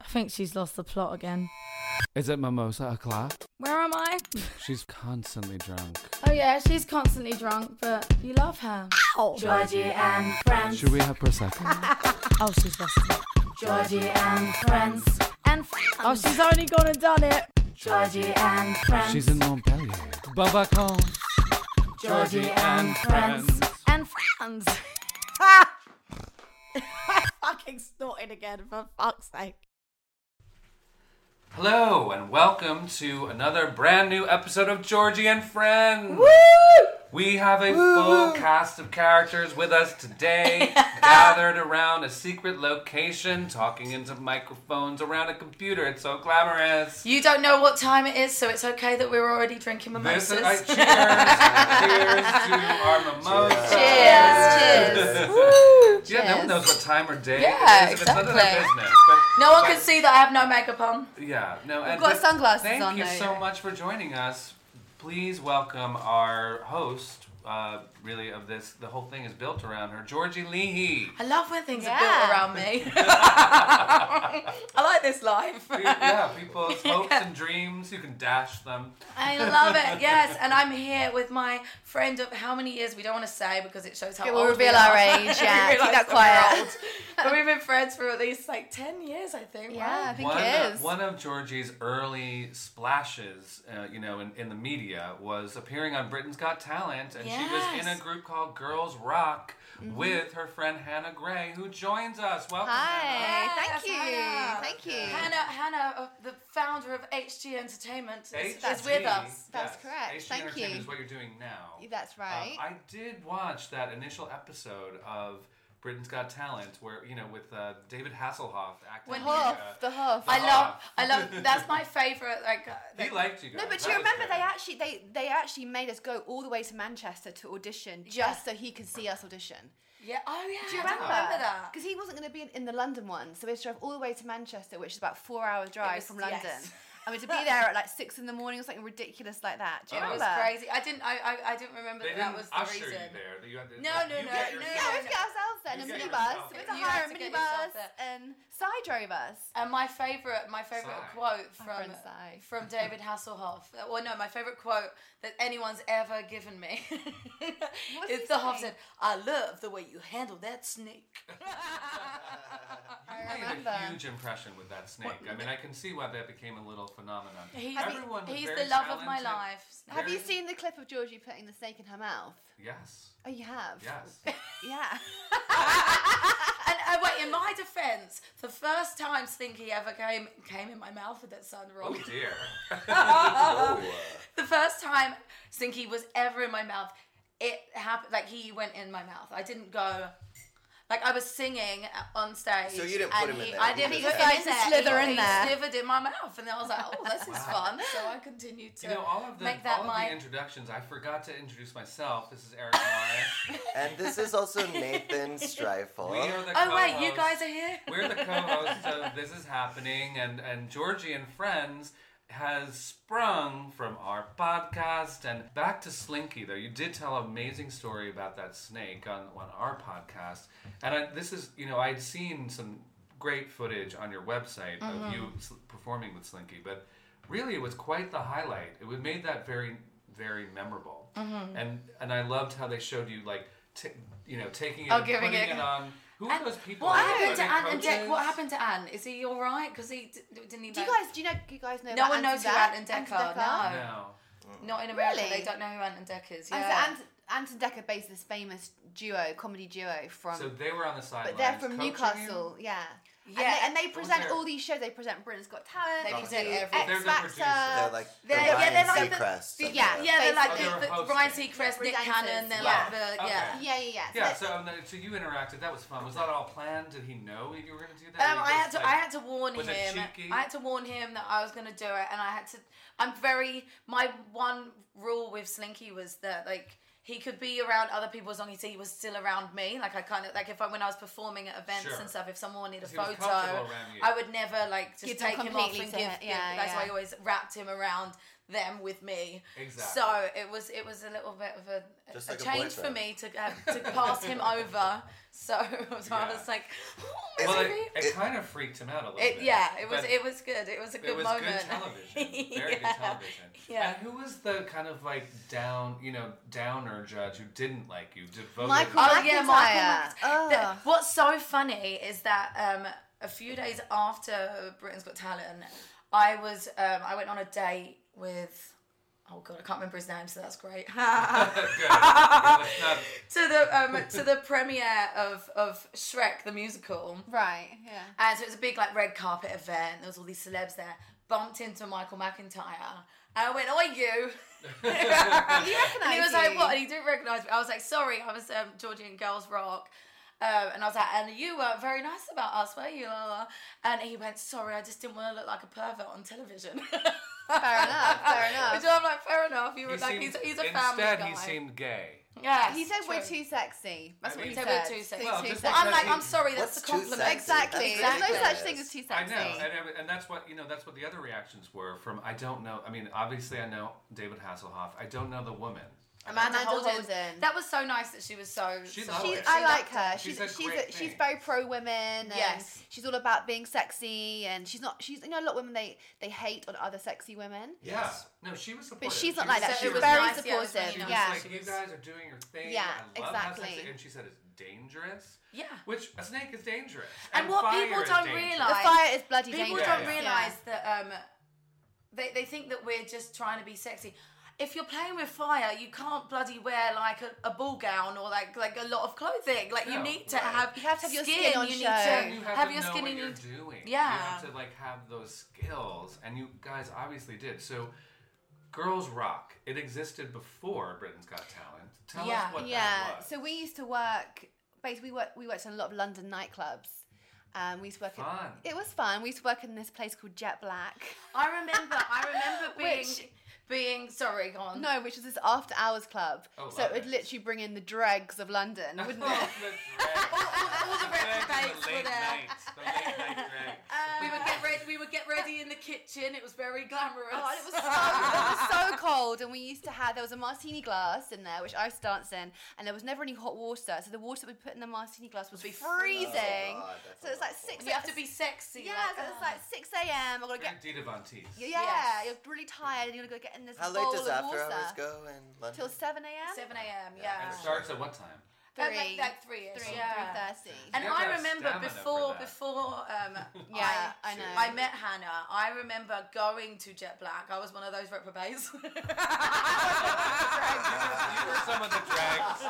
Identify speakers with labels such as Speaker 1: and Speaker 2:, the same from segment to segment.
Speaker 1: I think she's lost the plot again.
Speaker 2: Is it mimosa o'clock?
Speaker 1: Where am I?
Speaker 2: She's constantly drunk.
Speaker 1: Oh yeah, she's constantly drunk, but you love her.
Speaker 3: Georgie and friends.
Speaker 2: Should we have prosecco?
Speaker 1: Oh, she's lost it.
Speaker 3: Georgie and friends.
Speaker 1: And oh, she's only gone and done it.
Speaker 3: Georgie and friends.
Speaker 2: She's in Montpellier. Babacon.
Speaker 3: Georgie and friends.
Speaker 1: And friends. Fucking snorted again for fuck's sake.
Speaker 2: Hello and welcome to another brand new episode of Georgie and Friends. We have a full cast of characters with us today, gathered around a secret location, talking into microphones around a computer. It's so glamorous.
Speaker 4: You don't know what time it is, so it's okay that we're already drinking mimosas.
Speaker 2: This is, I, cheers! cheers to our mimosa.
Speaker 4: cheers, cheers.
Speaker 2: Yeah, no one
Speaker 4: Cheers.
Speaker 2: knows what time or day
Speaker 4: Yeah,
Speaker 2: it is. If It's none of their
Speaker 4: exactly.
Speaker 2: business. But,
Speaker 4: No one
Speaker 2: but-
Speaker 4: can see that I have no makeup on.
Speaker 2: Yeah, no. We've
Speaker 4: got sunglasses
Speaker 2: Thank
Speaker 4: on,
Speaker 2: you
Speaker 4: though,
Speaker 2: so
Speaker 4: yeah.
Speaker 2: much for joining us. Please welcome our host. Uh, really, of this, the whole thing is built around her, Georgie Leahy.
Speaker 4: I love when things
Speaker 1: Yeah.
Speaker 4: are built around me. I like this life.
Speaker 2: Pe- yeah, people's hopes and dreams. You can dash them.
Speaker 4: I love it. Yes, and I'm here with my friend of how many years we don't want to say because it shows how
Speaker 1: It will
Speaker 4: old we
Speaker 1: reveal
Speaker 4: are.
Speaker 1: our age,
Speaker 4: We
Speaker 1: yeah. Keep
Speaker 4: realise
Speaker 1: that
Speaker 4: we're
Speaker 1: quiet.
Speaker 4: old. But we've been friends for at least like ten years, I think.
Speaker 1: Yeah, I
Speaker 4: right?
Speaker 1: think
Speaker 2: One
Speaker 1: it
Speaker 2: of,
Speaker 1: is.
Speaker 2: one of Georgie's early splashes, uh, you know, in, in the media was appearing on Britain's Got Talent, and she was in
Speaker 4: Yes.
Speaker 2: a group called Girls Rock
Speaker 5: Mm-hmm.
Speaker 2: with her friend Hannah Gray, who joins us. Welcome. Hannah.
Speaker 5: Hi,
Speaker 4: Yes,
Speaker 5: thank you,
Speaker 4: Hannah.
Speaker 5: thank you.
Speaker 4: Hannah, Hannah, uh, the founder of HG Entertainment, is, is
Speaker 2: HG,
Speaker 4: with us.
Speaker 2: yes.
Speaker 5: That's correct.
Speaker 2: HG
Speaker 5: Thank
Speaker 2: Entertainment
Speaker 5: you.
Speaker 2: Is what you're doing now.
Speaker 5: That's right.
Speaker 2: Um, I did watch that initial episode of Britain's Got Talent, where you know, with uh, David Hasselhoff acting.
Speaker 4: When
Speaker 2: like,
Speaker 4: he-
Speaker 5: Huff,
Speaker 2: uh,
Speaker 5: the Huff.
Speaker 4: I love,
Speaker 2: Ah.
Speaker 4: I love. That's my favorite. Like, uh,
Speaker 2: he
Speaker 4: like-
Speaker 2: liked you guys.
Speaker 5: no, but
Speaker 2: That
Speaker 5: you
Speaker 2: was
Speaker 5: remember
Speaker 2: good.
Speaker 5: they actually they they actually made us go all the way to Manchester to audition just
Speaker 4: Yeah.
Speaker 5: so he could see us audition.
Speaker 4: yeah. Oh yeah.
Speaker 5: Do you
Speaker 4: I don't
Speaker 5: remember?
Speaker 4: remember that?
Speaker 5: Because he wasn't going to be in, in the London one, so we had to drive all the way to Manchester, which is about four hour drive
Speaker 4: was-
Speaker 5: from London.
Speaker 4: yes.
Speaker 5: And we had to be there at like six in the morning or something ridiculous like that. Do you
Speaker 2: Oh.
Speaker 4: It was
Speaker 5: remember?
Speaker 4: crazy. I didn't. I. I, I didn't remember
Speaker 2: They
Speaker 4: that.
Speaker 2: didn't
Speaker 4: That was the
Speaker 2: usher you
Speaker 4: reason.
Speaker 2: there. that You had to,
Speaker 4: No,
Speaker 2: like,
Speaker 4: no,
Speaker 2: you
Speaker 4: no,
Speaker 2: get your-
Speaker 5: Yeah, we had to get ourselves there in
Speaker 2: You
Speaker 5: a
Speaker 2: get
Speaker 5: minibus.
Speaker 2: yourself
Speaker 5: We
Speaker 2: there.
Speaker 5: had to
Speaker 4: You
Speaker 5: hire
Speaker 4: had
Speaker 5: a
Speaker 4: to get yourself
Speaker 5: minibus,
Speaker 4: there.
Speaker 5: and Sai drove us.
Speaker 4: And my favorite, my favorite
Speaker 2: Sigh.
Speaker 4: quote
Speaker 5: My
Speaker 4: from
Speaker 5: friend sigh.
Speaker 4: from David Hasselhoff. Uh, Well, no, my favorite quote that anyone's ever given me.
Speaker 5: What does
Speaker 4: it's
Speaker 5: he
Speaker 4: the Hoff
Speaker 5: say?
Speaker 4: said, "I love the way you handle that snake."
Speaker 2: You made
Speaker 5: remember.
Speaker 2: a huge impression with that snake. I mean, I can see why that became a little phenomenon.
Speaker 4: He's,
Speaker 2: Everyone was
Speaker 4: he's
Speaker 2: very
Speaker 4: the love of my
Speaker 2: talented.
Speaker 4: life.
Speaker 5: Have you
Speaker 2: Very-
Speaker 5: seen the clip of Georgie putting the snake in her mouth?
Speaker 2: Yes.
Speaker 5: Oh, you have.
Speaker 2: Yes.
Speaker 5: Yeah.
Speaker 4: And uh, wait, in my defence, the first time Stinky ever came came in my mouth with that sound
Speaker 2: Oh
Speaker 4: wrong.
Speaker 2: dear. Oh.
Speaker 4: the first time Stinky was ever in my mouth, it happened. Like he went in my mouth. I didn't go. Like I was singing on stage.
Speaker 6: So you didn't
Speaker 4: and
Speaker 6: put him in
Speaker 4: he-
Speaker 6: there,
Speaker 4: I
Speaker 6: he
Speaker 4: didn't
Speaker 6: just
Speaker 4: put
Speaker 6: sat
Speaker 4: him in
Speaker 5: there.
Speaker 4: there.
Speaker 5: Slither
Speaker 4: he,
Speaker 5: in there.
Speaker 4: He slithered in my mouth, and then I was like, "Oh, this is fun." So I continued to
Speaker 2: You know, all of the,
Speaker 4: make that
Speaker 2: all of
Speaker 4: my.
Speaker 2: the introductions, I forgot to introduce myself. This is Eric Morris.
Speaker 6: And this is also Nathan Streifel.
Speaker 2: we are the
Speaker 4: oh wait, you
Speaker 2: co-hosts.
Speaker 4: guys are here.
Speaker 2: We're the co-hosts of This Is Happening, and and Georgie and Friends has sprung from our podcast and back to Slinky though. You did tell an amazing story about that snake on on our podcast, and I, this is you know I'd seen some great footage on your website
Speaker 4: Mm-hmm.
Speaker 2: of you s- performing with Slinky, but really it was quite the highlight. It would made that very very memorable,
Speaker 4: Mm-hmm.
Speaker 2: and and I loved how they showed you like. T- you know, taking it,
Speaker 4: Oh,
Speaker 2: and
Speaker 4: giving
Speaker 2: putting
Speaker 4: it-
Speaker 2: it, on. Who are
Speaker 4: And
Speaker 2: those people?
Speaker 4: what
Speaker 2: Are they
Speaker 4: happened to
Speaker 2: running
Speaker 4: Anne and Deck?
Speaker 2: coaches?
Speaker 4: What happened to Anne? Is he all right? Because he d- didn't he.
Speaker 5: Do you
Speaker 4: know-
Speaker 5: guys? Do you know? You guys know?
Speaker 4: No
Speaker 5: about
Speaker 4: one knows who Ant and Dec are, no.
Speaker 2: No.
Speaker 4: Not in America.
Speaker 5: Really?
Speaker 4: They don't know who Ant and Deck is.
Speaker 5: Oh,
Speaker 4: Yeah.
Speaker 5: so Ant, Ant and Decker based this famous duo, comedy duo from.
Speaker 2: So they were on the sidelines.
Speaker 5: but they're from
Speaker 2: coaching
Speaker 5: Newcastle, yeah.
Speaker 4: Yeah,
Speaker 5: and they, and they
Speaker 2: what was
Speaker 5: present
Speaker 2: their-
Speaker 5: all these shows. They present Britain's Got Talent.
Speaker 4: They
Speaker 5: do
Speaker 4: present
Speaker 5: X
Speaker 4: everything.
Speaker 2: They're the
Speaker 5: Factor.
Speaker 2: producers.
Speaker 6: They're like the
Speaker 4: They're-
Speaker 6: Ryan
Speaker 4: yeah, they're like the-
Speaker 6: Seacrest
Speaker 5: the-
Speaker 6: of
Speaker 5: yeah,
Speaker 6: the-
Speaker 4: Yeah, they're like
Speaker 2: Oh, they were
Speaker 4: the, the
Speaker 2: hosting.
Speaker 4: Ryan Seacrest, Nick
Speaker 5: Representatives.
Speaker 4: Cannon. They're
Speaker 6: Yeah.
Speaker 4: like the
Speaker 2: Okay.
Speaker 4: yeah.
Speaker 5: Yeah, yeah, yeah. So
Speaker 2: Yeah,
Speaker 5: they-
Speaker 2: so, um, so you interacted. That was fun. Was that all planned? Did he know you were going to do that?
Speaker 4: Um,
Speaker 2: Or
Speaker 4: I
Speaker 2: you
Speaker 4: had
Speaker 2: just,
Speaker 4: to.
Speaker 2: like-
Speaker 4: I had to warn
Speaker 2: was
Speaker 4: him.
Speaker 2: it cheeky?
Speaker 4: I had to warn him that I was going to do it, and I had to. I'm very. My one rule with Slinky was that like he could be around other people as long as he was still around me. Like I kind of like if I when I was performing at events
Speaker 2: Sure.
Speaker 4: and stuff, if someone wanted a
Speaker 2: he was
Speaker 4: photo,
Speaker 2: comfortable around you.
Speaker 4: I would never like just
Speaker 5: Give them
Speaker 4: take him off
Speaker 5: completely
Speaker 4: and
Speaker 5: to
Speaker 4: give.
Speaker 5: her-
Speaker 4: give-
Speaker 5: yeah,
Speaker 4: that's why I
Speaker 5: yeah.
Speaker 4: always wrapped him around them with me.
Speaker 2: Exactly.
Speaker 4: So it was it was a little bit of a, a-
Speaker 6: Just
Speaker 4: a
Speaker 6: like a
Speaker 4: change for
Speaker 6: boyfriend.
Speaker 4: me to uh, to pass him over. So, so I
Speaker 2: Yeah.
Speaker 4: was like,
Speaker 6: It's-
Speaker 2: Well,
Speaker 4: well,
Speaker 2: it, it,
Speaker 6: It-
Speaker 2: kind of freaked him out a little
Speaker 4: it,
Speaker 2: bit.
Speaker 4: yeah, it was
Speaker 2: but
Speaker 4: it was good. It was a good
Speaker 2: it was
Speaker 4: moment.
Speaker 2: good television. Very
Speaker 4: Yeah.
Speaker 2: good television.
Speaker 4: Yeah.
Speaker 2: And who was the kind of like down, you know, downer judge who didn't like you? Devoted.
Speaker 5: Michael
Speaker 4: Oh yeah, Michael.
Speaker 5: McIntyre.
Speaker 4: Mc- the-
Speaker 5: Ugh.
Speaker 4: what's so funny is that um, a few days after Britain's Got Talent, I was um, I went on a date with. Oh god, I can't remember his name, so that's great.
Speaker 2: Good. Yeah, let's not-
Speaker 4: to the um, to the premiere of of Shrek the musical,
Speaker 5: Right, yeah.
Speaker 4: and so it was a big like red carpet event. There was all these celebs there. Bumped into Michael McIntyre, and I went, "Oi, you!"
Speaker 5: He
Speaker 4: And he
Speaker 5: recognised
Speaker 4: was like,
Speaker 5: you.
Speaker 4: "What?" And he didn't recognise me. I was like, "Sorry, I was um, Georgian Girls Rock." Um, and I was like, and you weren't very nice about us, were you? La, la, la. And he went, sorry, I just didn't want to look like a pervert on television.
Speaker 5: Fair enough, fair enough.
Speaker 4: Which I'm like, fair enough.
Speaker 2: he
Speaker 4: You were like,
Speaker 2: seemed-
Speaker 4: he's, he's a
Speaker 2: instead,
Speaker 4: family guy.
Speaker 2: he seemed gay.
Speaker 4: yeah,
Speaker 5: He said we're too sexy. That's
Speaker 2: I
Speaker 5: what he
Speaker 2: mean-
Speaker 5: said.
Speaker 4: He said we're too sexy.
Speaker 5: Too
Speaker 2: Well, just
Speaker 5: sexy.
Speaker 2: like
Speaker 4: I'm like, I'm sorry,
Speaker 6: What's
Speaker 4: that's a
Speaker 6: too
Speaker 4: compliment.
Speaker 6: sexy?
Speaker 5: Exactly.
Speaker 4: Exactly.
Speaker 5: There's no such thing as too
Speaker 2: I
Speaker 5: sexy.
Speaker 2: know, and, every- and that's what you know. That's what the other reactions were from. I don't know. I mean, obviously, I know David Hasselhoff. I don't know the woman.
Speaker 4: Amanda,
Speaker 5: Amanda
Speaker 4: Holden.
Speaker 5: Holden.
Speaker 4: That was so nice that she was so.
Speaker 2: She
Speaker 4: so-
Speaker 2: loved
Speaker 5: She's,
Speaker 2: it.
Speaker 5: I like
Speaker 4: loved it.
Speaker 5: her.
Speaker 2: She's
Speaker 5: She's
Speaker 2: a
Speaker 5: she's
Speaker 2: great
Speaker 5: she's
Speaker 2: thing.
Speaker 5: very pro women. And
Speaker 4: Yes.
Speaker 5: She's all about being sexy, and she's not. She's you know a lot of women they they hate on other sexy women.
Speaker 6: Yes.
Speaker 2: Yeah. No, she was supportive.
Speaker 5: But she's not
Speaker 2: She
Speaker 5: like
Speaker 2: was-
Speaker 5: that.
Speaker 4: so
Speaker 5: She's
Speaker 4: it was
Speaker 5: very
Speaker 4: nice, yeah, it was
Speaker 5: supportive. Yeah,
Speaker 4: really nice.
Speaker 2: yeah.
Speaker 4: Yeah.
Speaker 2: like, you guys are doing your thing.
Speaker 5: Yeah,
Speaker 2: I love how
Speaker 5: exactly.
Speaker 2: sexy- And she said it's dangerous.
Speaker 4: Yeah.
Speaker 2: Which a snake is dangerous.
Speaker 4: And what
Speaker 2: fire
Speaker 4: people
Speaker 2: is
Speaker 4: don't
Speaker 2: dangerous.
Speaker 5: the
Speaker 4: realise- Like,
Speaker 5: fire is bloody
Speaker 4: People
Speaker 5: dangerous.
Speaker 4: don't
Speaker 2: Yeah.
Speaker 4: realise that um, they, they think that we're just trying to be sexy. If you're playing with fire, you can't bloody wear like a, a ball gown or like like a lot of clothing. Like you
Speaker 2: No,
Speaker 4: need to
Speaker 2: right.
Speaker 4: have
Speaker 5: You have to have your skin on
Speaker 4: you
Speaker 5: show.
Speaker 4: need
Speaker 2: And
Speaker 4: to
Speaker 2: you have,
Speaker 4: have
Speaker 2: to
Speaker 4: your
Speaker 2: know
Speaker 4: skin
Speaker 2: what
Speaker 4: in
Speaker 2: you're
Speaker 4: your
Speaker 2: doing. You
Speaker 4: Yeah.
Speaker 2: have to like have those skills, and you guys obviously did. So, Girls Rock. It existed before Britain's Got Talent. Tell
Speaker 4: Yeah.
Speaker 2: us what
Speaker 5: yeah.
Speaker 2: that was.
Speaker 5: So we used to work. Basically, we worked. We worked in a lot of London nightclubs. Um, we used to work.
Speaker 2: Fun.
Speaker 5: At, it was fun. We used to work in this place called Jet Black.
Speaker 4: I remember I remember being
Speaker 5: Which-
Speaker 4: being sorry, go on.
Speaker 5: No, which was this after hours club.
Speaker 2: Oh,
Speaker 5: so it would
Speaker 2: lovely.
Speaker 5: literally bring in the dregs of London, wouldn't it?
Speaker 4: all the reprobates
Speaker 2: the
Speaker 4: were
Speaker 2: late
Speaker 4: there.
Speaker 2: nights, the late night dregs.
Speaker 4: Um, We would get ready. We would get ready in the kitchen. It was very glamorous.
Speaker 5: Oh, and it was so it was so cold, and we used to have there was a martini glass in there, which I used to dance in, and there was never any hot water, so the water we put in the martini glass was
Speaker 4: Be-
Speaker 5: freezing.
Speaker 6: Oh, God, that's
Speaker 5: so it's like
Speaker 6: awful.
Speaker 5: six.
Speaker 4: you have to be sexy.
Speaker 5: Yeah,
Speaker 4: like,
Speaker 5: so it's
Speaker 4: ugh.
Speaker 6: "Ah."
Speaker 5: like six a.m. I gotta
Speaker 2: Very
Speaker 5: get.
Speaker 2: Dita Von Teese.
Speaker 5: Yeah,
Speaker 4: Yes.
Speaker 5: you're really tired, and you're gonna go get in this
Speaker 6: How late
Speaker 5: bowl
Speaker 6: does
Speaker 5: of
Speaker 6: after
Speaker 5: water
Speaker 6: hours go in London?
Speaker 5: till seven a.m.
Speaker 4: um, seven a.m. Yeah,
Speaker 2: And it starts at what time?
Speaker 4: At, like,
Speaker 5: Three.
Speaker 4: like three,
Speaker 5: Three,
Speaker 4: yeah.
Speaker 5: three thirty.
Speaker 4: And
Speaker 2: You gotta
Speaker 4: I
Speaker 2: have
Speaker 4: remember
Speaker 2: stamina for
Speaker 4: before
Speaker 2: that.
Speaker 4: before um
Speaker 5: yeah,
Speaker 4: I,
Speaker 5: I, know.
Speaker 4: I met Hannah. I remember going to Jet Black. I was one of those reprobates.
Speaker 2: you were some of the drags.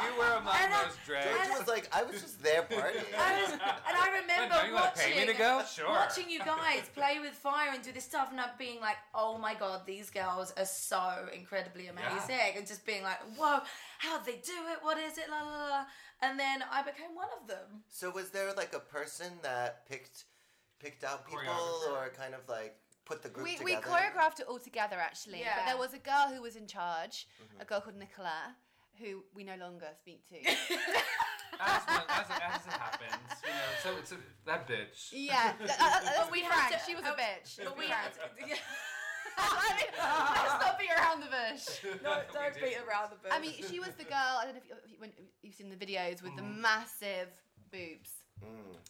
Speaker 2: You were among
Speaker 4: And I-
Speaker 2: those drags.
Speaker 6: George was like, I was just
Speaker 4: I
Speaker 6: there
Speaker 4: was,
Speaker 6: partying.
Speaker 4: and I remember
Speaker 2: Now you wanna
Speaker 4: watching
Speaker 2: pay me to go? Sure.
Speaker 4: watching you guys play with fire and do this stuff, and I'm being like, oh my god, these girls are so incredibly amazing, and just being like, whoa, how they do it? What is it? La la la, la. And then I became one of them.
Speaker 6: So was there like a person that picked picked out people
Speaker 2: Choreographer.
Speaker 6: or kind of like put the group
Speaker 5: we, we
Speaker 6: together?
Speaker 5: choreographed it all together actually
Speaker 4: Yeah.
Speaker 5: but there was a girl who was in charge
Speaker 6: Mm-hmm.
Speaker 5: a girl called nicola who we no longer speak to
Speaker 2: as, one, as, it- as it happens, you know. So it's a, that bitch.
Speaker 5: yeah th- uh, uh, let's
Speaker 4: But we
Speaker 5: be
Speaker 4: had
Speaker 5: frank,
Speaker 4: to-
Speaker 5: she was a
Speaker 4: oh,
Speaker 5: bitch
Speaker 4: But we had,
Speaker 5: Let's
Speaker 4: yeah.
Speaker 5: not beat around the bush
Speaker 4: no,
Speaker 2: We
Speaker 4: don't
Speaker 2: did.
Speaker 4: beat around the bush.
Speaker 5: i mean she was the girl i don't know if, you, if you, when you've seen the videos with the
Speaker 2: Mm.
Speaker 5: massive boobs